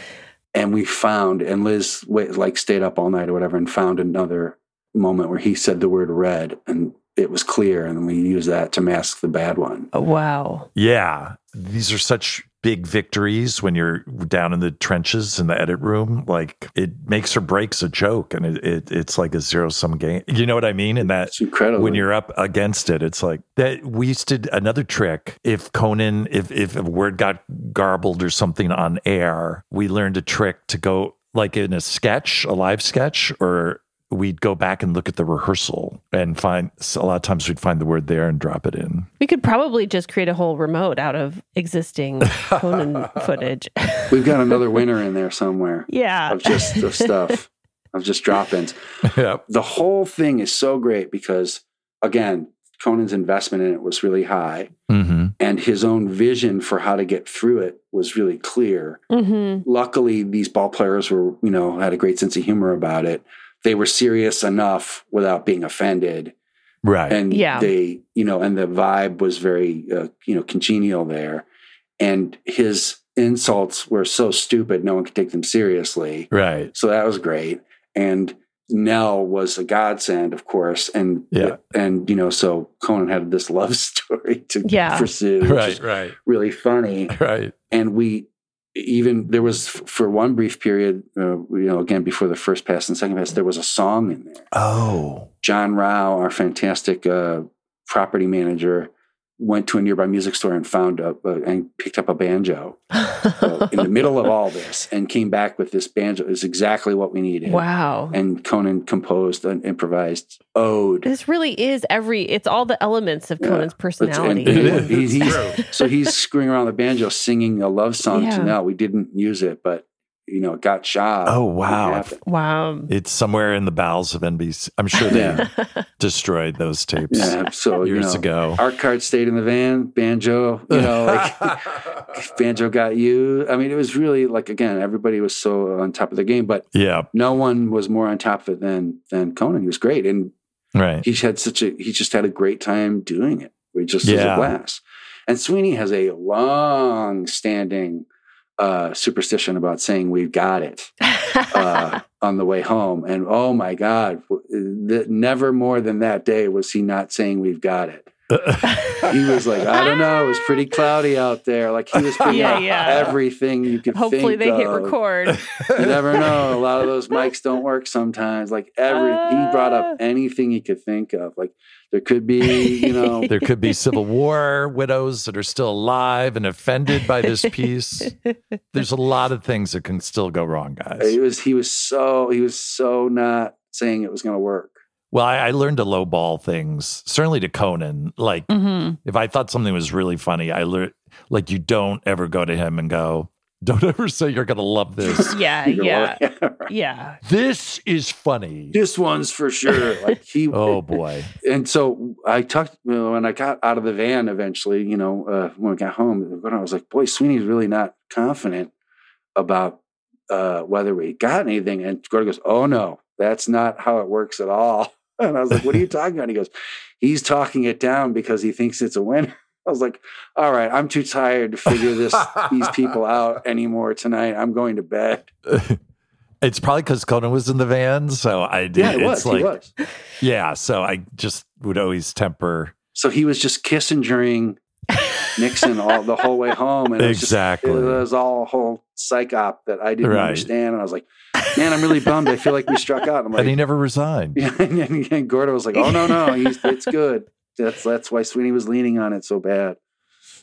And we found, and Liz wait, like stayed up all night or whatever, and found another moment where he said the word "red," and it was clear, and we used that to mask the bad one. Oh, wow. Yeah. These are such big victories when you're down in the trenches in the edit room. Like it makes or breaks a joke and it, it it's like a zero sum game. You know what I mean? And that It's incredible. when you're up against it, it's like that we used to another trick. If Conan, if if a word got garbled or something on air, we learned a trick to go like in a sketch, a live sketch, or we'd go back and look at the rehearsal and find a lot of times we'd find the word there and drop it in. We could probably just create a whole remote out of existing Conan footage. we've got another winner in there somewhere yeah. of just of stuff of just drop ins. yep. The whole thing is so great because again, Conan's investment in it was really high, hmm and his own vision for how to get through it was really clear. Mhm. Luckily, these ball players were you know had a great sense of humor about it. They were serious enough without being offended, Right. and Yeah. they you know and the vibe was very uh, you know congenial there and his insults were so stupid no one could take them seriously right. so that was great and nell was a godsend of course and Yeah. and you know so conan had this love story to Yeah. pursue which Right. is Right. really funny Right. and we even there was for one brief period uh, you know again before the first pass and second pass there was a song in there Oh. John Rao, our fantastic uh, property manager, went to a nearby music store and found a, uh, and picked up a banjo uh, in the middle of all this, and came back with this banjo is exactly what we needed. Wow. And Conan composed an improvised ode. This really is every, it's all the elements of Yeah. Conan's It's- and- personality. It and is. he- It's he's- so he's screwing around the banjo, singing a love song Yeah. to Nell. We didn't use it, but you know, got shot. Oh, wow. It happened. Wow. It's somewhere in the bowels of NBC. I'm sure they destroyed those tapes. Yeah, so you Years know, ago. art card stayed in the van. Banjo, you know, like banjo got you. I mean, it was really like again, everybody was so on top of their game, but Yeah, no one was more on top of it than than Conan. He was great, and right. he had such a he just had a great time doing it. It just was Yeah. a blast. And Sweeney has a long standing uh, superstition about saying we've got it uh, on the way home. And oh my God, w- th- never more than that day was he not saying we've got it. he was like, I don't know, it was pretty cloudy out there. Like he was putting Yeah, out yeah. everything you could. Hopefully think uh, they hit of record. you never know. A lot of those mics don't work sometimes. Like every he brought Ah. up anything he could think of. Like there could be, you know, there could be Civil War widows that are still alive and offended by this piece. There's a lot of things that can still go wrong, guys. it was he was so he was so not saying it was going to work. Well, I, I learned to lowball things, certainly to Conan. Like, Mm. hmm if I thought something was really funny, I learned, like, you don't ever go to him and go, don't ever say you're going to love this. Yeah, You know, Uh, yeah, like, yeah. this is funny. this one's for sure. Like he Oh, boy. and so I talked you know, when I got out of the van eventually, you know, uh, when we got home, when I was like, boy, Sweeney's really not confident about uh, whether we got anything. And Gordon goes, oh no, that's not how it works at all. And I was like, what are you talking about? And he goes, he's talking it down because he thinks it's a winner. I was like, all right, I'm too tired to figure this these people out anymore tonight. I'm going to bed. It's probably because Conan was in the van. So I did. Yeah, it it's was. like, he was. yeah. So I just would always temper. So he was just Kissingering Nixon all the whole way home, and it was just- Exactly. it was all a whole psych op that I didn't Right. understand. And I was like, "Man, I'm really bummed. I feel like we struck out." And I'm and he like, never resigned. yeah, and, and, and Gordo was like, "Oh no, no, he's, it's good. That's that's why Sweeney was leaning on it so bad."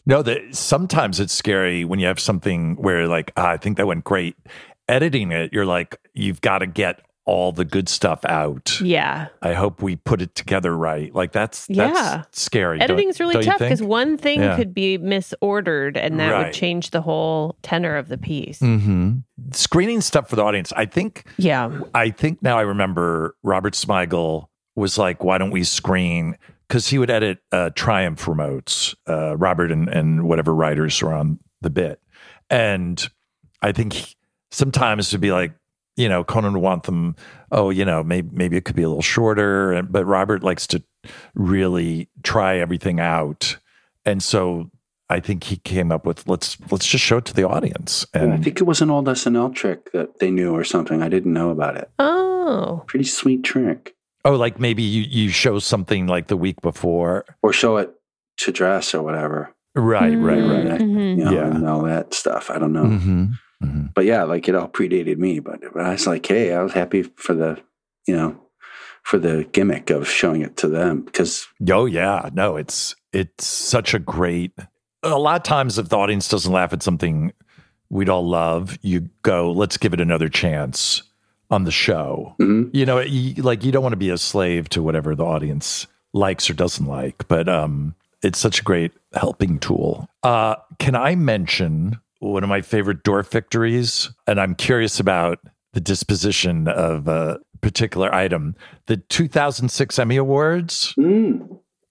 No, that sometimes it's scary when you have something where like ah, I think that went great. Editing it, you're like you've got to get all the good stuff out. Yeah. I hope we put it together right. Like that's Yeah. that's scary. don't- Editing's really don't you tough because think? one thing Yeah. could be misordered and that Right. would change the whole tenor of the piece. Mhm. screening stuff for the audience. I think Yeah. I think now I remember Robert Smigel was like, why don't we screen? Because he would edit uh, Triumph remotes, uh, Robert and, and whatever writers were on the bit. And I think he- sometimes it'd be like, you know, Conan would want them, oh, you know, maybe, maybe it could be a little shorter. And, but Robert likes to really try everything out. And so I think he came up with let's let's just show it to the audience. And I think it was an old SNL trick that they knew or something. I didn't know about it. Oh. Pretty sweet trick. oh, like maybe you you show something like the week before Or show it to dress or whatever. Right, right, right. right. Mhm. You know, Yeah. and all that stuff. I don't know. Mm-hmm. Mm-hmm. but yeah, like it all predated me. But I was like, hey, I was happy for the, you know, for the gimmick of showing it to them because Oh yeah, no, it's it's such a great. A lot of times, if the audience doesn't laugh at something we'd all love, you go, let's give it another chance on the show. Mhm. You know, you, like you don't want to be a slave to whatever the audience likes or doesn't like, but um, it's such a great helping tool. Uh, can I mention one of my favorite door victories? And I'm curious about the disposition of a particular item. The 2006 Emmy Awards.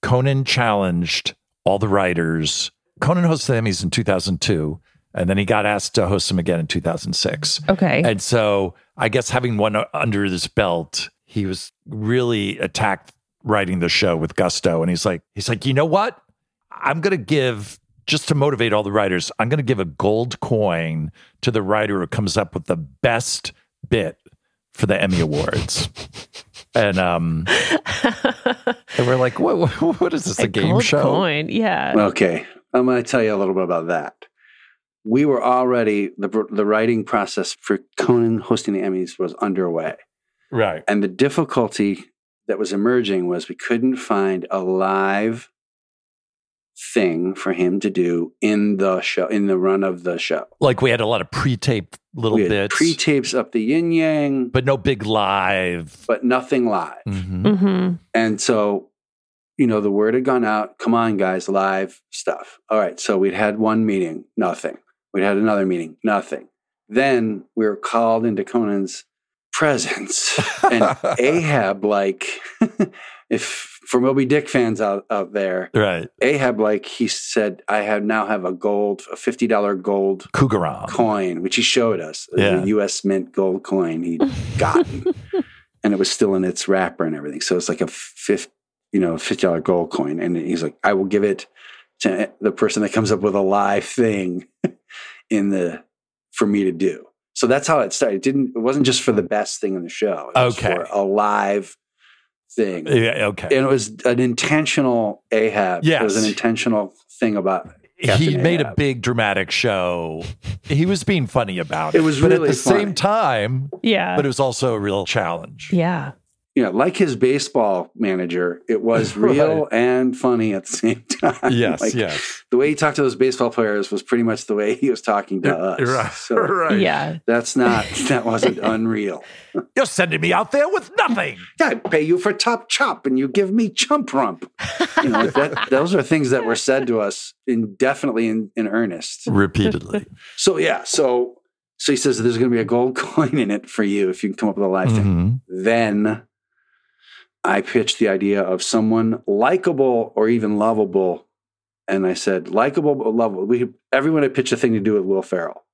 Conan challenged all the writers. Conan hosted the Emmys in 2002, and then he got asked to host them again in 2006. Okay. And so I guess having one under his belt, he was really attacked writing the show with gusto. And he's like, he's like, you know what? I'm gonna give just to motivate all the writers, I'm gonna give a gold coin to the writer who comes up with the best bit for the Emmy Awards. and um Mm-hmm. and we're like, what what, what is this? A, game gold show? Coin. Yeah. okay, I'm going to tell you a little bit about that. We were already the the writing process for Conan hosting the Emmys was underway, Right. and the difficulty that was emerging was we couldn't find a live thing for him to do in the show in the run of the show. Like we had a lot of pre-taped little we had bits, pre-tapes up the yin yang, but no big live. but nothing live. Mhm. hmm And so, you know, the word had gone out. Come on, guys, live stuff. All right. So we'd had one meeting, nothing. We'd had another meeting, nothing. Then we were called into Conan's presence, and Ahab, like, if for Moby Dick fans out, out there, Right. Ahab, like, he said, I have now have a gold, a fifty dollar gold Cougaron. coin, which he showed us, Yeah. the U.S. Mint gold coin he'd gotten, and it was still in its wrapper and everything. So it's like a fifth, you know, fifty dollar gold coin, and he's like, "I will give it to the person that comes up with a live thing in the for me to do." So that's how it started. It didn't. It wasn't just for the best thing in the show. It was Okay. for a live thing. Yeah, okay. And it was an intentional Ahab. It was Yes. an intentional thing about he Captain made a Ahab. big dramatic show. He was being funny about it. It was but really at the funny. same time, Yeah. but it was also a real challenge. yeah. you know, like his baseball manager, it was real and funny at the same time. Yes, Like, yes. The way he talked to those baseball players was pretty much the way he was talking to us. uh, So right. Yeah. that's not that wasn't unreal. You're sending me out there with nothing. Yeah, I pay you for top chop and you give me chump rump. You know, that, those are things that were said to us indefinitely in, in earnest. Repeatedly. So yeah, so so he says there's gonna be a gold coin in it for you if you can come up with a live thing. Mhm. then I pitched the idea of someone likable or even lovable. And I said, likable but lovable. We everyone had pitched a thing to do with Will Ferrell.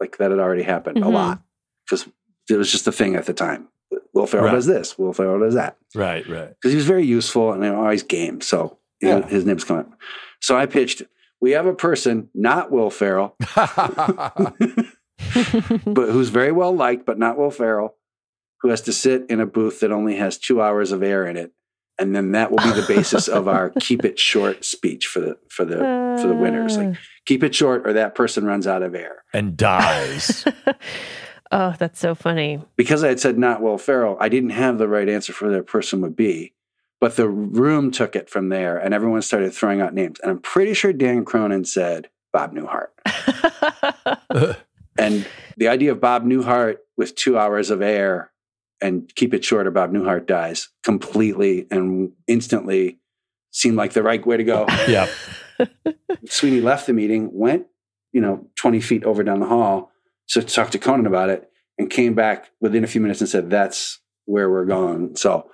Like that had already happened a Mhm. lot. Because it was just a thing at the time. Will Ferrell Right. does this, Will Ferrell does that. Right, right. Because he was very useful and they were always game. So you know, Yeah. his name's coming up. So I pitched, we have a person, not Will Ferrell, but who's very well liked, but not Will Ferrell, who has to sit in a booth that only has two hours of air in it, and then that will be the basis of our "keep it short" speech for the for the for the winners. Like, keep it short, or that person runs out of air. and dies. oh, that's so funny. Because I had said not Will Ferrell, I didn't have the right answer for who that person would be, but the room took it from there, and everyone started throwing out names. And I'm pretty sure Dan Cronin said Bob Newhart. And the idea of Bob Newhart with two hours of air and keep it short or Bob Newhart dies completely and instantly seemed like the right way to go. yeah. Sweeney left the meeting, went, you know, 20 feet over down the hall to talk to Conan about it and came back within a few minutes and said, that's where we're going. So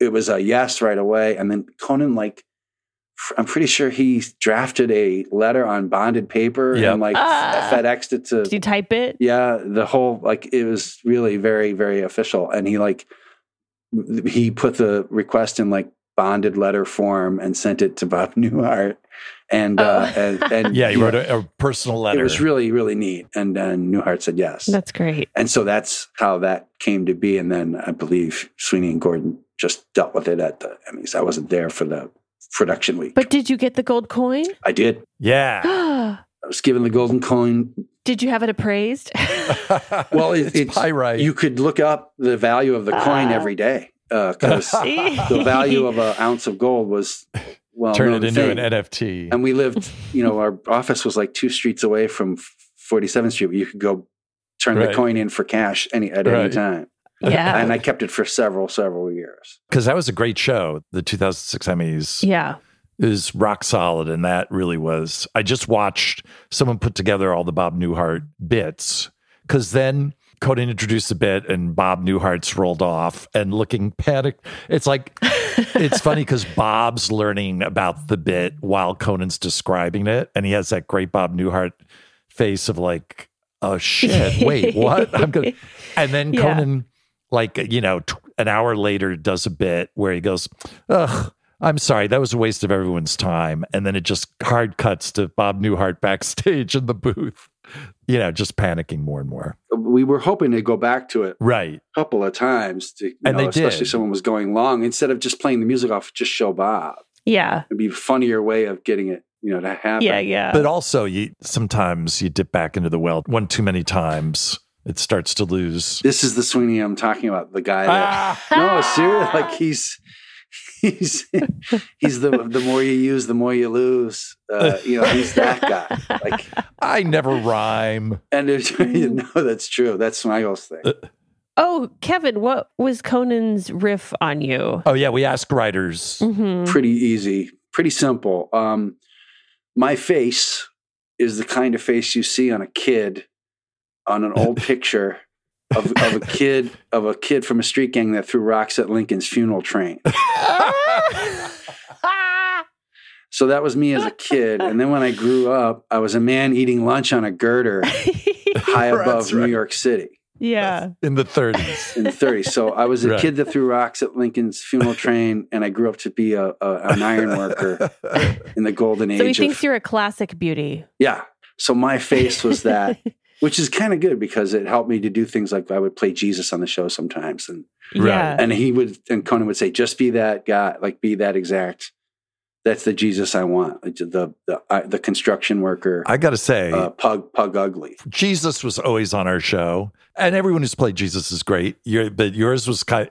it was a yes right away. And then Conan, like, I'm pretty sure he drafted a letter on bonded paper Yep. and like Ah. FedExed it to Did you type it? yeah the whole like it was really very very official and he like he put the request in like bonded letter form and sent it to bob newhart and uh Oh. and, and Yeah, he wrote a, a personal letter. it was really really neat and uh, newhart said yes That's great. and so that's how that came to be and then i believe sweeney and gordon just dealt with it at the emmys i wasn't there for the production week But did you get the gold coin? i did yeah. i was given the golden coin did you have it appraised? well it, it's, pyrite. you could look up the value of the coin Ah. every day because the value of an ounce of gold was well Turn known it into thing. an NFT. and we lived you know our office was like two streets away from 47th street you could go turn the Right. coin in for cash any at any Right. time yeah. and i kept it for several several years Because that was a great show, the 2006 Emmys. yeah. is rock solid and that really was i just watched someone put together all the bob newhart bits because then conan introduced a bit and bob newhart's rolled off and looking panicked it's like it's funny because bob's learning about the bit while conan's describing it and he has that great bob newhart face of like oh shit wait what i'm gonna and then Yeah. conan like you know tw- an hour later does a bit where he goes ugh i'm sorry that was a waste of everyone's time and then it just hard cuts to bob newhart backstage in the booth you know just panicking more and more we were hoping to go back to it right a couple of times to you And know they especially did. if someone was going long instead of just playing the music off just show bob Yeah. it'd be a funnier way of getting it you know to happen Yeah. Yeah. but also you sometimes you dip back into the well one too many times it starts to lose this is the sweeney i'm talking about the guy that ah, No, seriously, like he's he's he's the the more you use, the more you lose. Uh, you know, he's that guy. Like, i never rhyme and it's, you know that's true. That's Michael's thing. oh, Kevin, what was Conan's riff on you? oh yeah we ask writers hmm Pretty easy, pretty simple. Um, my face is the kind of face you see on a kid on an old picture of, of a kid of a kid from a street gang that threw rocks at Lincoln's funeral train. So that was me as a kid, and then when I grew up, I was a man eating lunch on a girder high above That's right. New York City. yeah. in the 30s. in the 30s. So I was a Right. kid that threw rocks at Lincoln's funeral train, and I grew up to be a, a an iron worker in the golden age. So he of- thinks you're a classic beauty. yeah. So my face was that, which is kind of good because it helped me to do things like I would play Jesus on the show sometimes, and Yeah. and he would and Conan would say, just be that guy, like be that exact. That's the Jesus I want, like, the the I the construction worker, I got to say, uh, pug pug ugly. Jesus was always on our show, and everyone who's played Jesus is great. Your, but yours was kind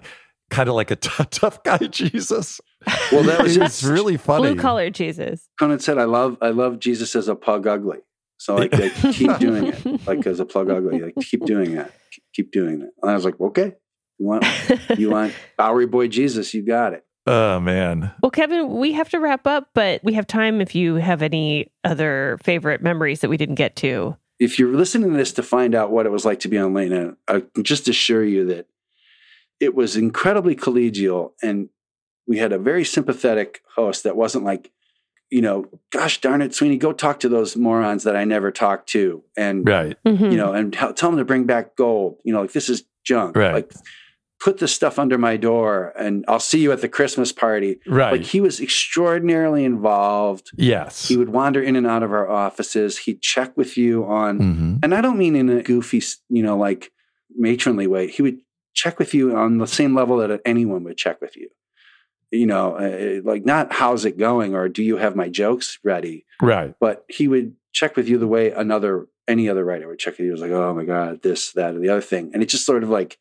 kind of like a t- tough guy Jesus. Well, that was it's his really funny. Blue collar Jesus. Conan said, "I love I love Jesus as a pug ugly." So like, like keep doing it, like as a plug ugly, like keep doing that, keep doing that. And I was like, okay, you want you want Bowery Boy Jesus, you got it. Oh man, Well, Kevin, we have to wrap up, but we have time if you have any other favorite memories that we didn't get to. If you're listening to this to find out what it was like to be on late night, I can just assure you that it was incredibly collegial, and we had a very sympathetic host that wasn't like, you know, gosh darn it, Sweeney, go talk to those morons that I never talked to, and right? Mhm. you know, and tell, tell them to bring back gold. You know, like this is junk. Right. Like put the stuff under my door and I'll see you at the Christmas party. Right. Like he was extraordinarily involved. yes. He would wander in and out of our offices. He'd check with you on, hmm and I don't mean in a goofy, you know, like matronly way. He would check with you on the same level that anyone would check with you. You know, uh, like not how's it going or do you have my jokes ready? Right. but he would check with you the way another any other writer would check with you. He was like, oh my god, this, that, or the other thing, and it just sort of like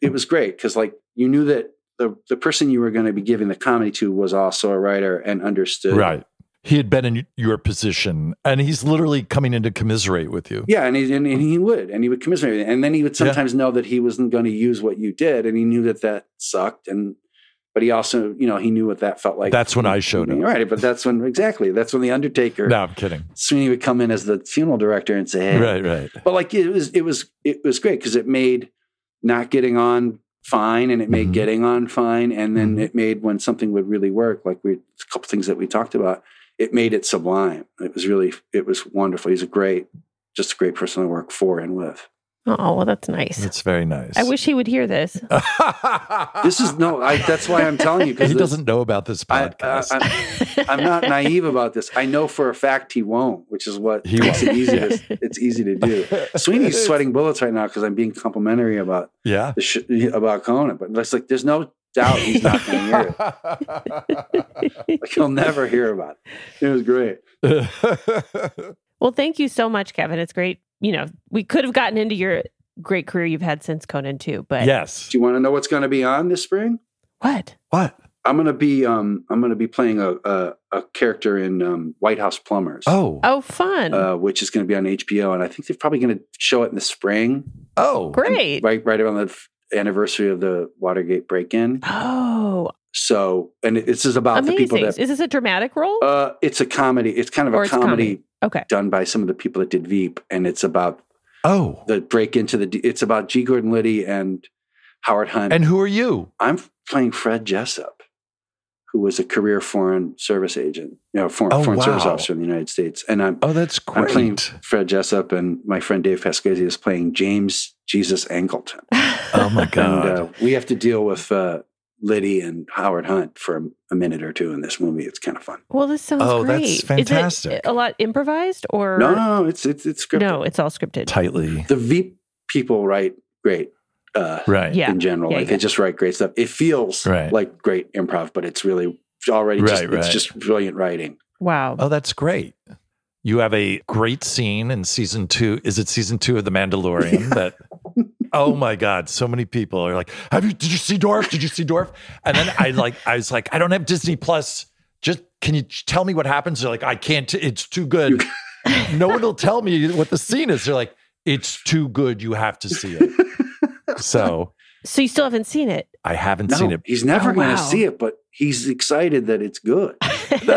it was great because like you knew that the the person you were going to be giving the comedy to was also a writer and understood, Right. He had been in your position, and he's literally coming in to commiserate with you. Yeah, and he and, and he would, and he would commiserate, with it. and then he would Yeah. sometimes know that he wasn't going to use what you did, and he knew that that sucked, and but he also, you know, he knew what that felt like. That's when I showed up. Right, but that's when exactly that's when the Undertaker No, I'm kidding. Sweeney would come in as the funeral director and say, "Hey, Right. Right. but like it was it was it was great because it made not getting on fine and it made Mhm. getting on fine and then Mhm. it made when something would really work like we a couple things that we talked about it made it sublime it was really it was wonderful he's a great just a great person to work for and with Oh, well, that's nice. That's very nice. I wish he would hear this. this is no I, that's why i'm telling you because Uh-huh. he doesn't know about this I, I, podcast. I'm, I'm not naive about this i know for a fact he won't which is what He makes it won't. easy to, it's easy to do sweeney's sweating bullets right now because i'm being complimentary about yeah. the sh- about Conan, but it's like there's no doubt he's not going to hear it. Like he'll never hear about it. It was great. Well, thank you so much, Kevin. It's great. You know, we could have gotten into your great career you've had since Conan too, but yes. Do you want to know what's going to be on this spring? what? What? I'm going to be um I'm going to be playing a a, a character in um, White House Plumbers. Oh. Oh, fun. Uh, which is going to be on HBO, and I think they're probably going to show it in the spring, Oh. great. right right around the f- anniversary of the Watergate break-in. Oh, So, and it, this is about the people amazing. that Is this a dramatic role? Uh, it's a comedy. It's kind of Or a it's a comedy. comedy okay. done by some of the people that did Veep, and it's about Oh. the break into the. It's about G. Gordon Liddy and Howard Hunt. And who are you? I'm playing Fred Jessup, who was a career foreign service agent, you know, foreign, Oh, foreign service wow. officer in the United States. And I'm Oh, that's I'm playing great. Fred Jessup, and my friend Dave Pasquesi is playing James Jesus Angleton. Oh my god. And uh, we have to deal with uh, Liddy and Howard Hunt for a, a minute or two in this movie. It's kind of fun. Well, this sounds Oh, great. that's Is it fantastic. a lot improvised or No, no, no, it's it's it's scripted. No, it's all scripted. Tightly. the Veep people write great uh, Right. Yeah. in general. Yeah, like yeah. they just write great stuff. It feels Right. like great improv, but it's really already just, Right, it's right. just brilliant writing. Wow. Uh, Oh, that's great. You have a great scene in season two. Is it season two of The Mandalorian? That oh my god, so many people are like, "Have you? Did you see Dorf? Did you see Dorf?" And then I like, I was like, I don't have Disney Plus. Just can you tell me what happens? They're like, I can't. It's too good. no one will tell me what the scene is. They're like, it's too good. You have to see it. So So you still haven't seen it. I haven't No, seen it. he's never Oh, going to wow. see it, but he's excited that it's good. this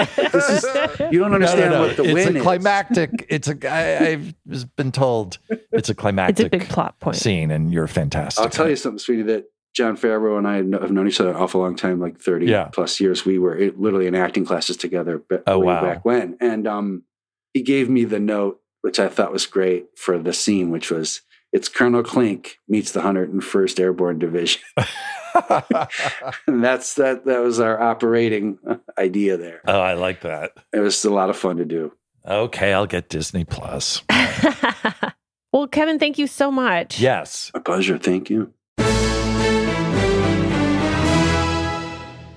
is, you don't No, no, understand no. what the it's win a is. climactic. It's a. I, I've been told it's a It's climactic a big plot point. scene, and you're fantastic. I'll tell you something, sweetie, that John Favreau and I kn- have known each other an awful long time, like 30 Yeah. plus years. We were it, literally in acting classes together ba- Oh, way wow. back when. And um, he gave me the note, which I thought was great for the scene, which was it's Colonel Clink meets the 101st Airborne Division. oh, and that's that that was our operating idea there. Oh, I like that. It was a lot of fun to do. Okay, I'll get Disney Plus. well, Kevin, thank you so much. Yes. A pleasure. Thank you.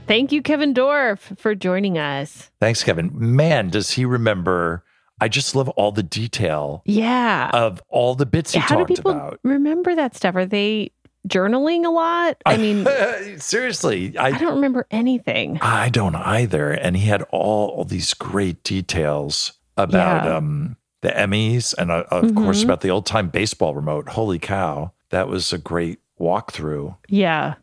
Thank you, Kevin Dorf, for joining us. Thanks, Kevin. Man, does he remember? I just love all the detail Yeah. of all the bits he How do Uh, talked people about. remember that stuff? Are they journaling a lot? I mean, seriously, I don't remember anything. I don't either. And he had all, all these great details about Yeah. um, the Emmys and, uh, of course, Mhm. about the old time baseball remote. Holy cow. That was a great walkthrough. Yeah.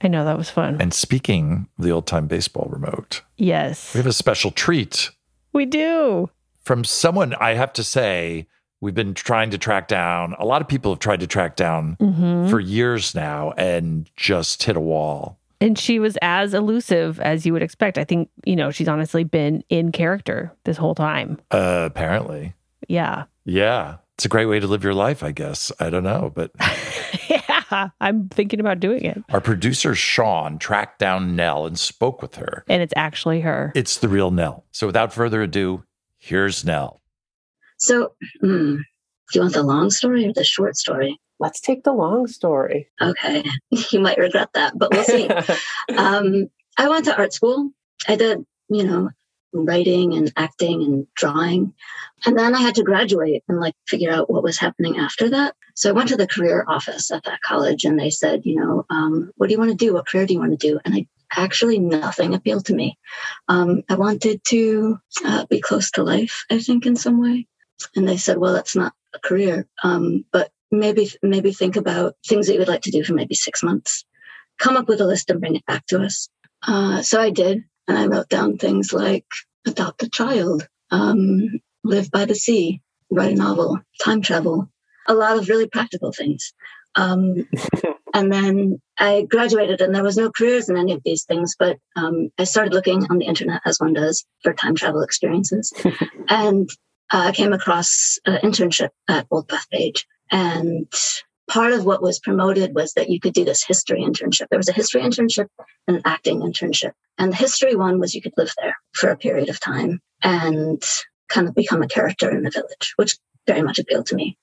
I know that was fun. And speaking of the old time baseball remote, Yes. we have a special treat We do. from someone I have to say we've been trying to track down. A lot of people have tried to track down hmm for years now and just hit a wall. And she was as elusive as you would expect. I think, you know, she's honestly been in character this whole time. Uh, apparently. Yeah. Yeah. It's a great way to live your life, I guess. I don't know, but yeah. I'm thinking about doing it. Our producer, Sean, tracked down Nell and spoke with her. And it's actually her. It's the real Nell. So without further ado, here's Nell. So, hmm, do you want the long story or the short story? Let's take the long story. Okay, you might regret that, but we'll see. um, I went to art school. I did, you know, writing and acting and drawing. And then I had to graduate and like figure out what was happening after that. So I went to the career office at that college and they said, you know, um, what do you want to do? What career do you want to do? And I actually nothing appealed to me. Um, I wanted to uh, be close to life, I think, in some way. And they said, well, that's not a career, um, but maybe maybe think about things that you would like to do for maybe six months come up with a list and bring it back to us. Uh, so I did, and I wrote down things like adopt a child, um, live by the sea, write a novel, time travel, a lot of really practical things. Um, and then I graduated, and there was no careers in any of these things, but um, I started looking on the internet, as one does, for time travel experiences. and uh, I came across an internship at Old Bethpage. And part of what was promoted was that you could do this history internship. There was a history internship and an acting internship. And the history one was you could live there for a period of time and kind of become a character in the village, which very much appealed to me.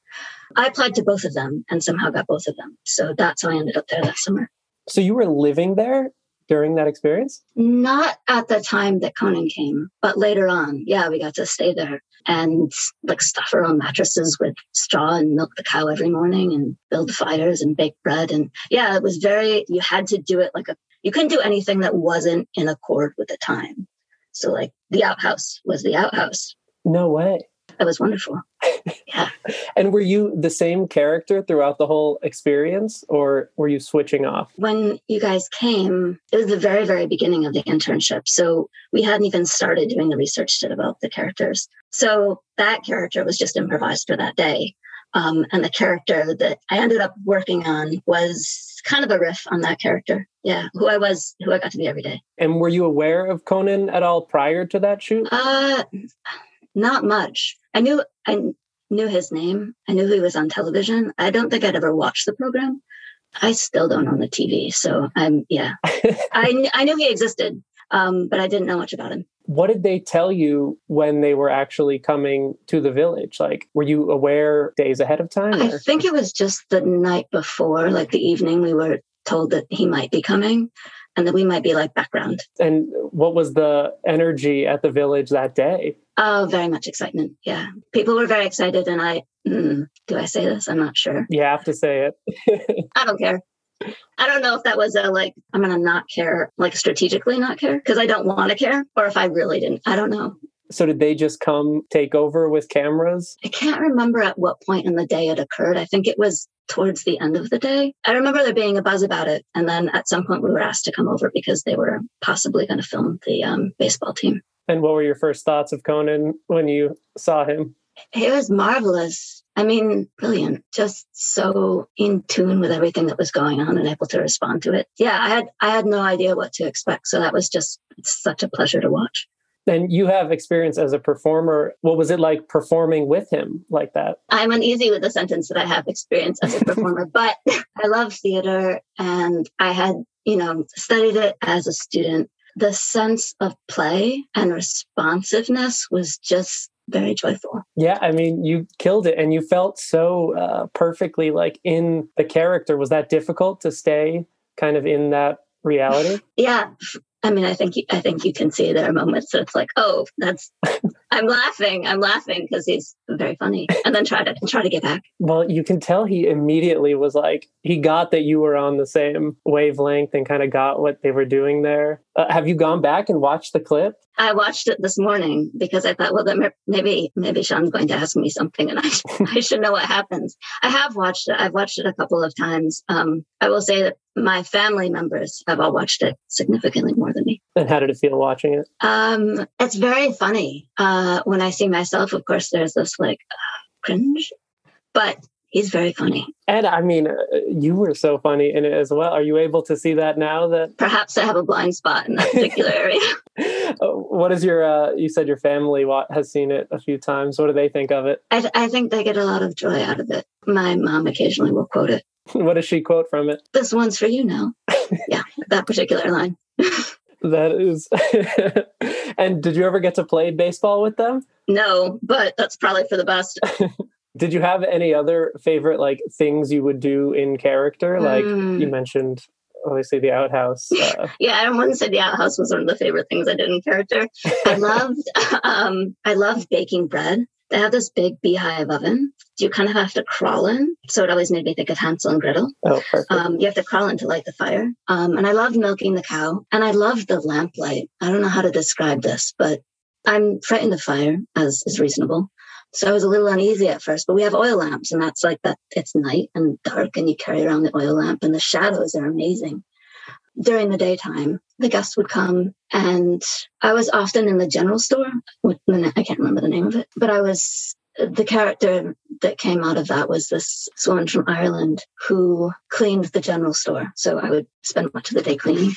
I applied to both of them and somehow got both of them. So that's how I ended up there that summer. so you were living there during that experience? Not at the time that Conan came, but later on. Yeah, we got to stay there and like stuff our own mattresses with straw and milk the cow every morning and build fires and bake bread. And yeah, it was very, you had to do it like a, you couldn't do anything that wasn't in accord with the time. So like the outhouse was the outhouse. No way. That was wonderful. And were you the same character throughout the whole experience or were you switching off? When you guys came, it was the very, very beginning of the internship. So we hadn't even started doing the research to develop the characters. So that character was just improvised for that day. Um, and the character that I ended up working on was kind of a riff on that character. Yeah, who I was, who I got to be every day. And were you aware of Conan at all prior to that shoot? Uh, not much. I knew I knew his name. I knew he was on television. I don't think I'd ever watched the program. I still don't own the TV, so I'm yeah. I kn- I knew he existed, um, but I didn't know much about him. what did they tell you when they were actually coming to the village? Like, were you aware days ahead of time? I or- think it was just the night before, like the evening, we were told that he might be coming, and that we might be like background. and what was the energy at the village that day? Oh, very much excitement. Yeah, people were very excited, and I mm, do I say this? I'm not sure. You have to say it. I don't care. I don't know if that was a like, I'm going to not care, like strategically not care because I don't want to care or if I really didn't. I don't know. so, did they just come take over with cameras? I can't remember at what point in the day it occurred. I think it was towards the end of the day. I remember there being a buzz about it. And then at some point we were asked to come over because they were possibly going to film the um, baseball team. And what were your first thoughts of Conan when you saw him? It was marvelous. I mean, brilliant. Just so in tune with everything that was going on and able to respond to it. Yeah, I had I had no idea what to expect. So that was just such a pleasure to watch. And you have experience as a performer. What was it like performing with him like that? I'm uneasy with the sentence that I have experience as a performer, but I love theater and I had, you know, studied it as a student. The sense of play and responsiveness was just very joyful. Yeah, I mean, you killed it and you felt so uh, perfectly like in the character. Was that difficult to stay kind of in that reality? yeah. I mean, I think you, I think you can see there are moments that it's like, oh, that's I'm laughing, I'm laughing because he's very funny, and then try to try to get back. Well, you can tell he immediately was like, he got that you were on the same wavelength and kind of got what they were doing there. Uh, have you gone back and watched the clip? I watched it this morning because I thought, well, then maybe maybe Sean's going to ask me something, and I I should know what happens. I have watched it. I've watched it a couple of times. Um, I will say that my family members have all watched it significantly more than me. And how did it feel watching it? Um, it's very funny. Uh, when I see myself, of course, there's this like uh, cringe, but he's very funny. And I mean, you were so funny in it as well. Are you able to see that now? That perhaps I have a blind spot in that particular area. what is your? Uh, you said your family has seen it a few times. What do they think of it? I, th- I think they get a lot of joy out of it. My mom occasionally will quote it. what does she quote from it? This one's for you now. yeah, that particular line. that is. and did you ever get to play baseball with them? No, but that's probably for the best. Did you have any other favorite like things you would do in character? Like mm. you mentioned, obviously the outhouse. Uh... yeah, I wouldn't say the outhouse was one of the favorite things I did in character. I loved, um, I loved baking bread. They have this big beehive oven. You kind of have to crawl in, so it always made me think of Hansel and Gretel. Oh, perfect. Um, you have to crawl in to light the fire. Um, and I loved milking the cow, and I loved the lamplight. I don't know how to describe this, but I'm frightened of fire, as is reasonable. So I was a little uneasy at first, but we have oil lamps, and that's like that it's night and dark, and you carry around the oil lamp, and the shadows are amazing. During the daytime, the guests would come, and I was often in the general store. With, I can't remember the name of it, but I was the character that came out of that was this woman from Ireland who cleaned the general store. So I would spend much of the day cleaning,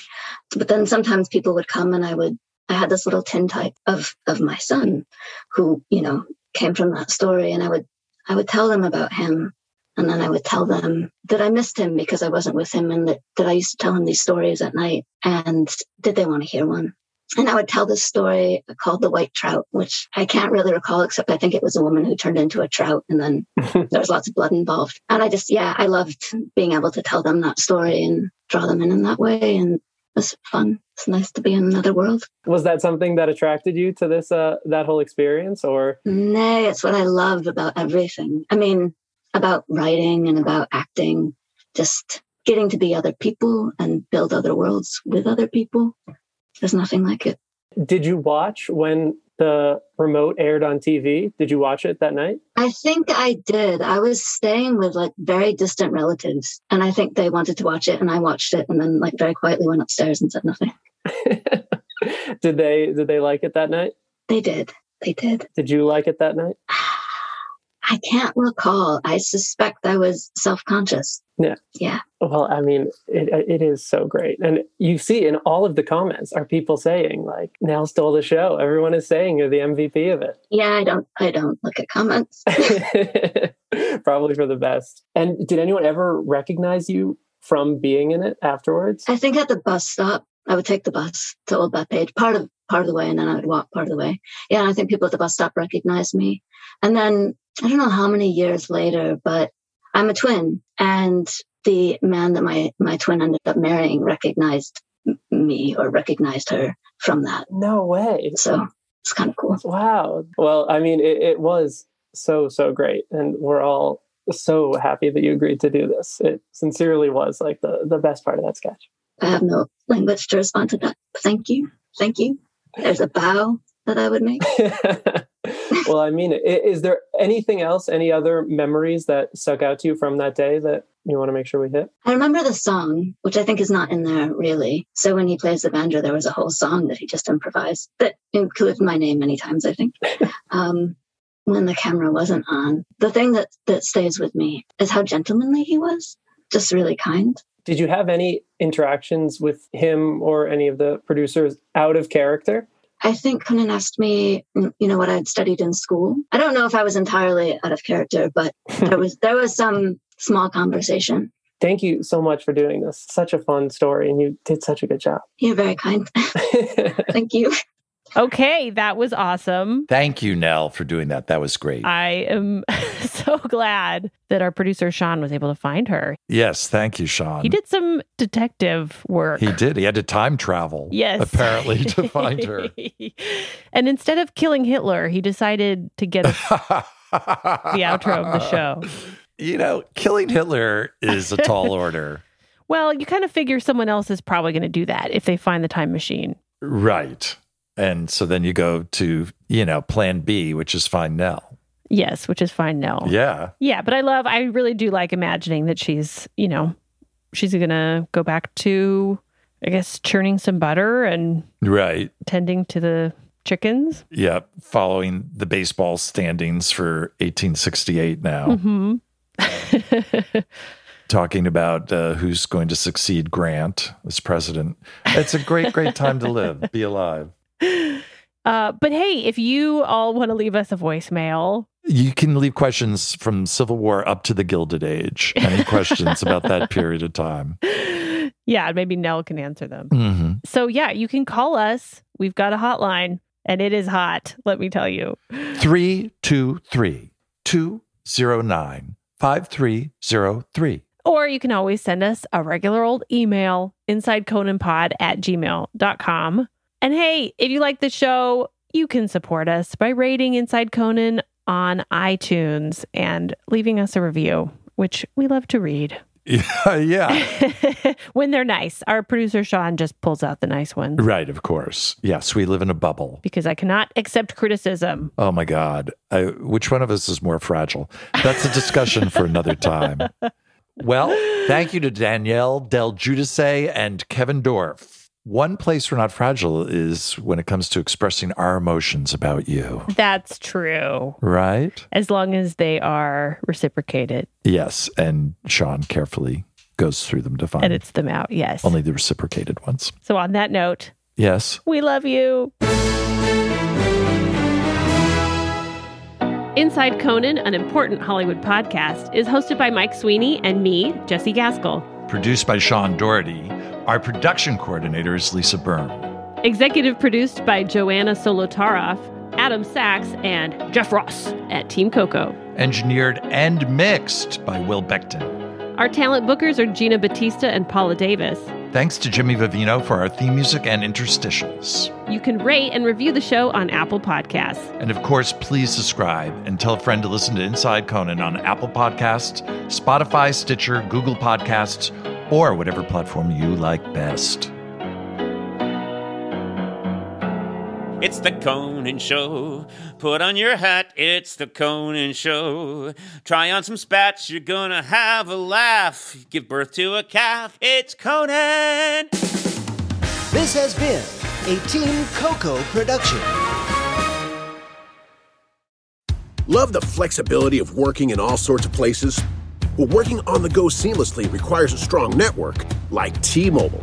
but then sometimes people would come, and I would. I had this little tintype of of my son, who you know came from that story and i would i would tell them about him and then i would tell them that i missed him because i wasn't with him and that, that i used to tell him these stories at night and did they want to hear one and i would tell this story called the white trout which i can't really recall except i think it was a woman who turned into a trout and then there was lots of blood involved and i just yeah i loved being able to tell them that story and draw them in in that way and it's fun. It's nice to be in another world. Was that something that attracted you to this uh, that whole experience or Nay, it's what I love about everything. I mean, about writing and about acting, just getting to be other people and build other worlds with other people. There's nothing like it. Did you watch when the remote aired on TV? Did you watch it that night? I think I did. I was staying with like very distant relatives, and I think they wanted to watch it, and I watched it, and then like very quietly went upstairs and said nothing. did they Did they like it that night? They did. They did. Did you like it that night? I can't recall. I suspect I was self conscious. Yeah. Yeah. Well, I mean, it, it is so great. And you see in all of the comments are people saying like, Nell stole the show. Everyone is saying you're the MVP of it. Yeah. I don't, I don't look at comments. Probably for the best. And did anyone ever recognize you from being in it afterwards? I think at the bus stop, I would take the bus to Old Bethpage, part of, part of the way, and then I would walk part of the way. Yeah. I think people at the bus stop recognized me. And then I don't know how many years later, but I'm a twin, and the man that my my twin ended up marrying recognized me or recognized her from that. No way. So it's kind of cool. Wow. Well, I mean, it, it was so so great, and we're all so happy that you agreed to do this. It sincerely was like the the best part of that sketch. I have no language to respond to that. Thank you. Thank you. There's a bow that I would make. well, I mean, it. is there anything else, any other memories that stuck out to you from that day that you want to make sure we hit? I remember the song, which I think is not in there really. So when he plays the banjo, there was a whole song that he just improvised that included my name many times, I think. um, when the camera wasn't on, the thing that that stays with me is how gentlemanly he was, just really kind. Did you have any interactions with him or any of the producers out of character? I think Conan asked me, you know, what I'd studied in school. I don't know if I was entirely out of character, but there was there was some small conversation. Thank you so much for doing this. Such a fun story, and you did such a good job. You're very kind. Thank you. Okay, that was awesome. Thank you, Nell, for doing that. That was great. I am so glad that our producer Sean was able to find her. Yes, thank you, Sean. He did some detective work. Um, He did. He had to time travel. Yes. Apparently to find her. and instead of killing Hitler, he decided to get us the outro of the show. You know, killing Hitler is a tall order. Well, you kind of figure someone else is probably going to do that if they find the time machine. Right. And so then you go to, you know, plan B, which is find Nell. Yes, which is fine. No. Yeah. Yeah, but I love, I really do like imagining that she's, you know, she's going to go back to, I guess, churning some butter and Right. tending to the chickens. Yeah. Following the baseball standings for 1868 now, hmm Mm-hmm. talking about uh, who's going to succeed Grant as president. It's a great, great time to live, be alive. Uh, but hey, if you all want to leave us a voicemail, You can leave questions from Civil War up to the Gilded Age. Any questions about that period of time? yeah, maybe Nell can answer them. hmm So, yeah, you can call us. We've got a hotline and it is hot, let me tell you. 323 209 5303. Or you can always send us a regular old email, insideconanpod at gmail.com. And hey, if you like the show, you can support us by rating Inside Conan on iTunes and leaving us a review, which we love to read. Yeah, yeah. when they're nice. Our producer Sean just pulls out the nice ones Right, of course. Yes, we live in a bubble. because I cannot accept criticism. Oh my God. I, which one of us is more fragile? That's a discussion for another time. Well, thank you to Danielle Del Giudice and Kevin Dorff. One place we're not fragile is when it comes to expressing our emotions about you, That's true. right? As long as they are reciprocated, Yes. And Sean carefully goes through them to find edits them out. Yes. only the reciprocated ones. so, on that note, Yes. We love you. Inside Conan, an important Hollywood podcast, is hosted by Mike Sweeney and me, Jesse Gaskell. Produced by Sean Doherty. Our production coordinator is Lisa Byrne. Executive produced by Joanna Solotaroff, Adam Sachs, and Jeff Ross at Team Coco. Engineered and mixed by Will Beckton. Our talent bookers are Gina Batista and Paula Davis. Thanks to Jimmy Vivino for our theme music and interstitials. You can rate and review the show on Apple Podcasts. And of course, please subscribe and tell a friend to listen to Inside Conan on Apple Podcasts, Spotify, Stitcher, Google Podcasts, or whatever platform you like best. It's the Conan Show. Put on your hat. It's the Conan Show. Try on some spats. You're gonna have a laugh. Give birth to a calf. It's Conan. This has been a Team Coco production. Love the flexibility of working in all sorts of places? Well, working on the go seamlessly requires a strong network like T Mobile.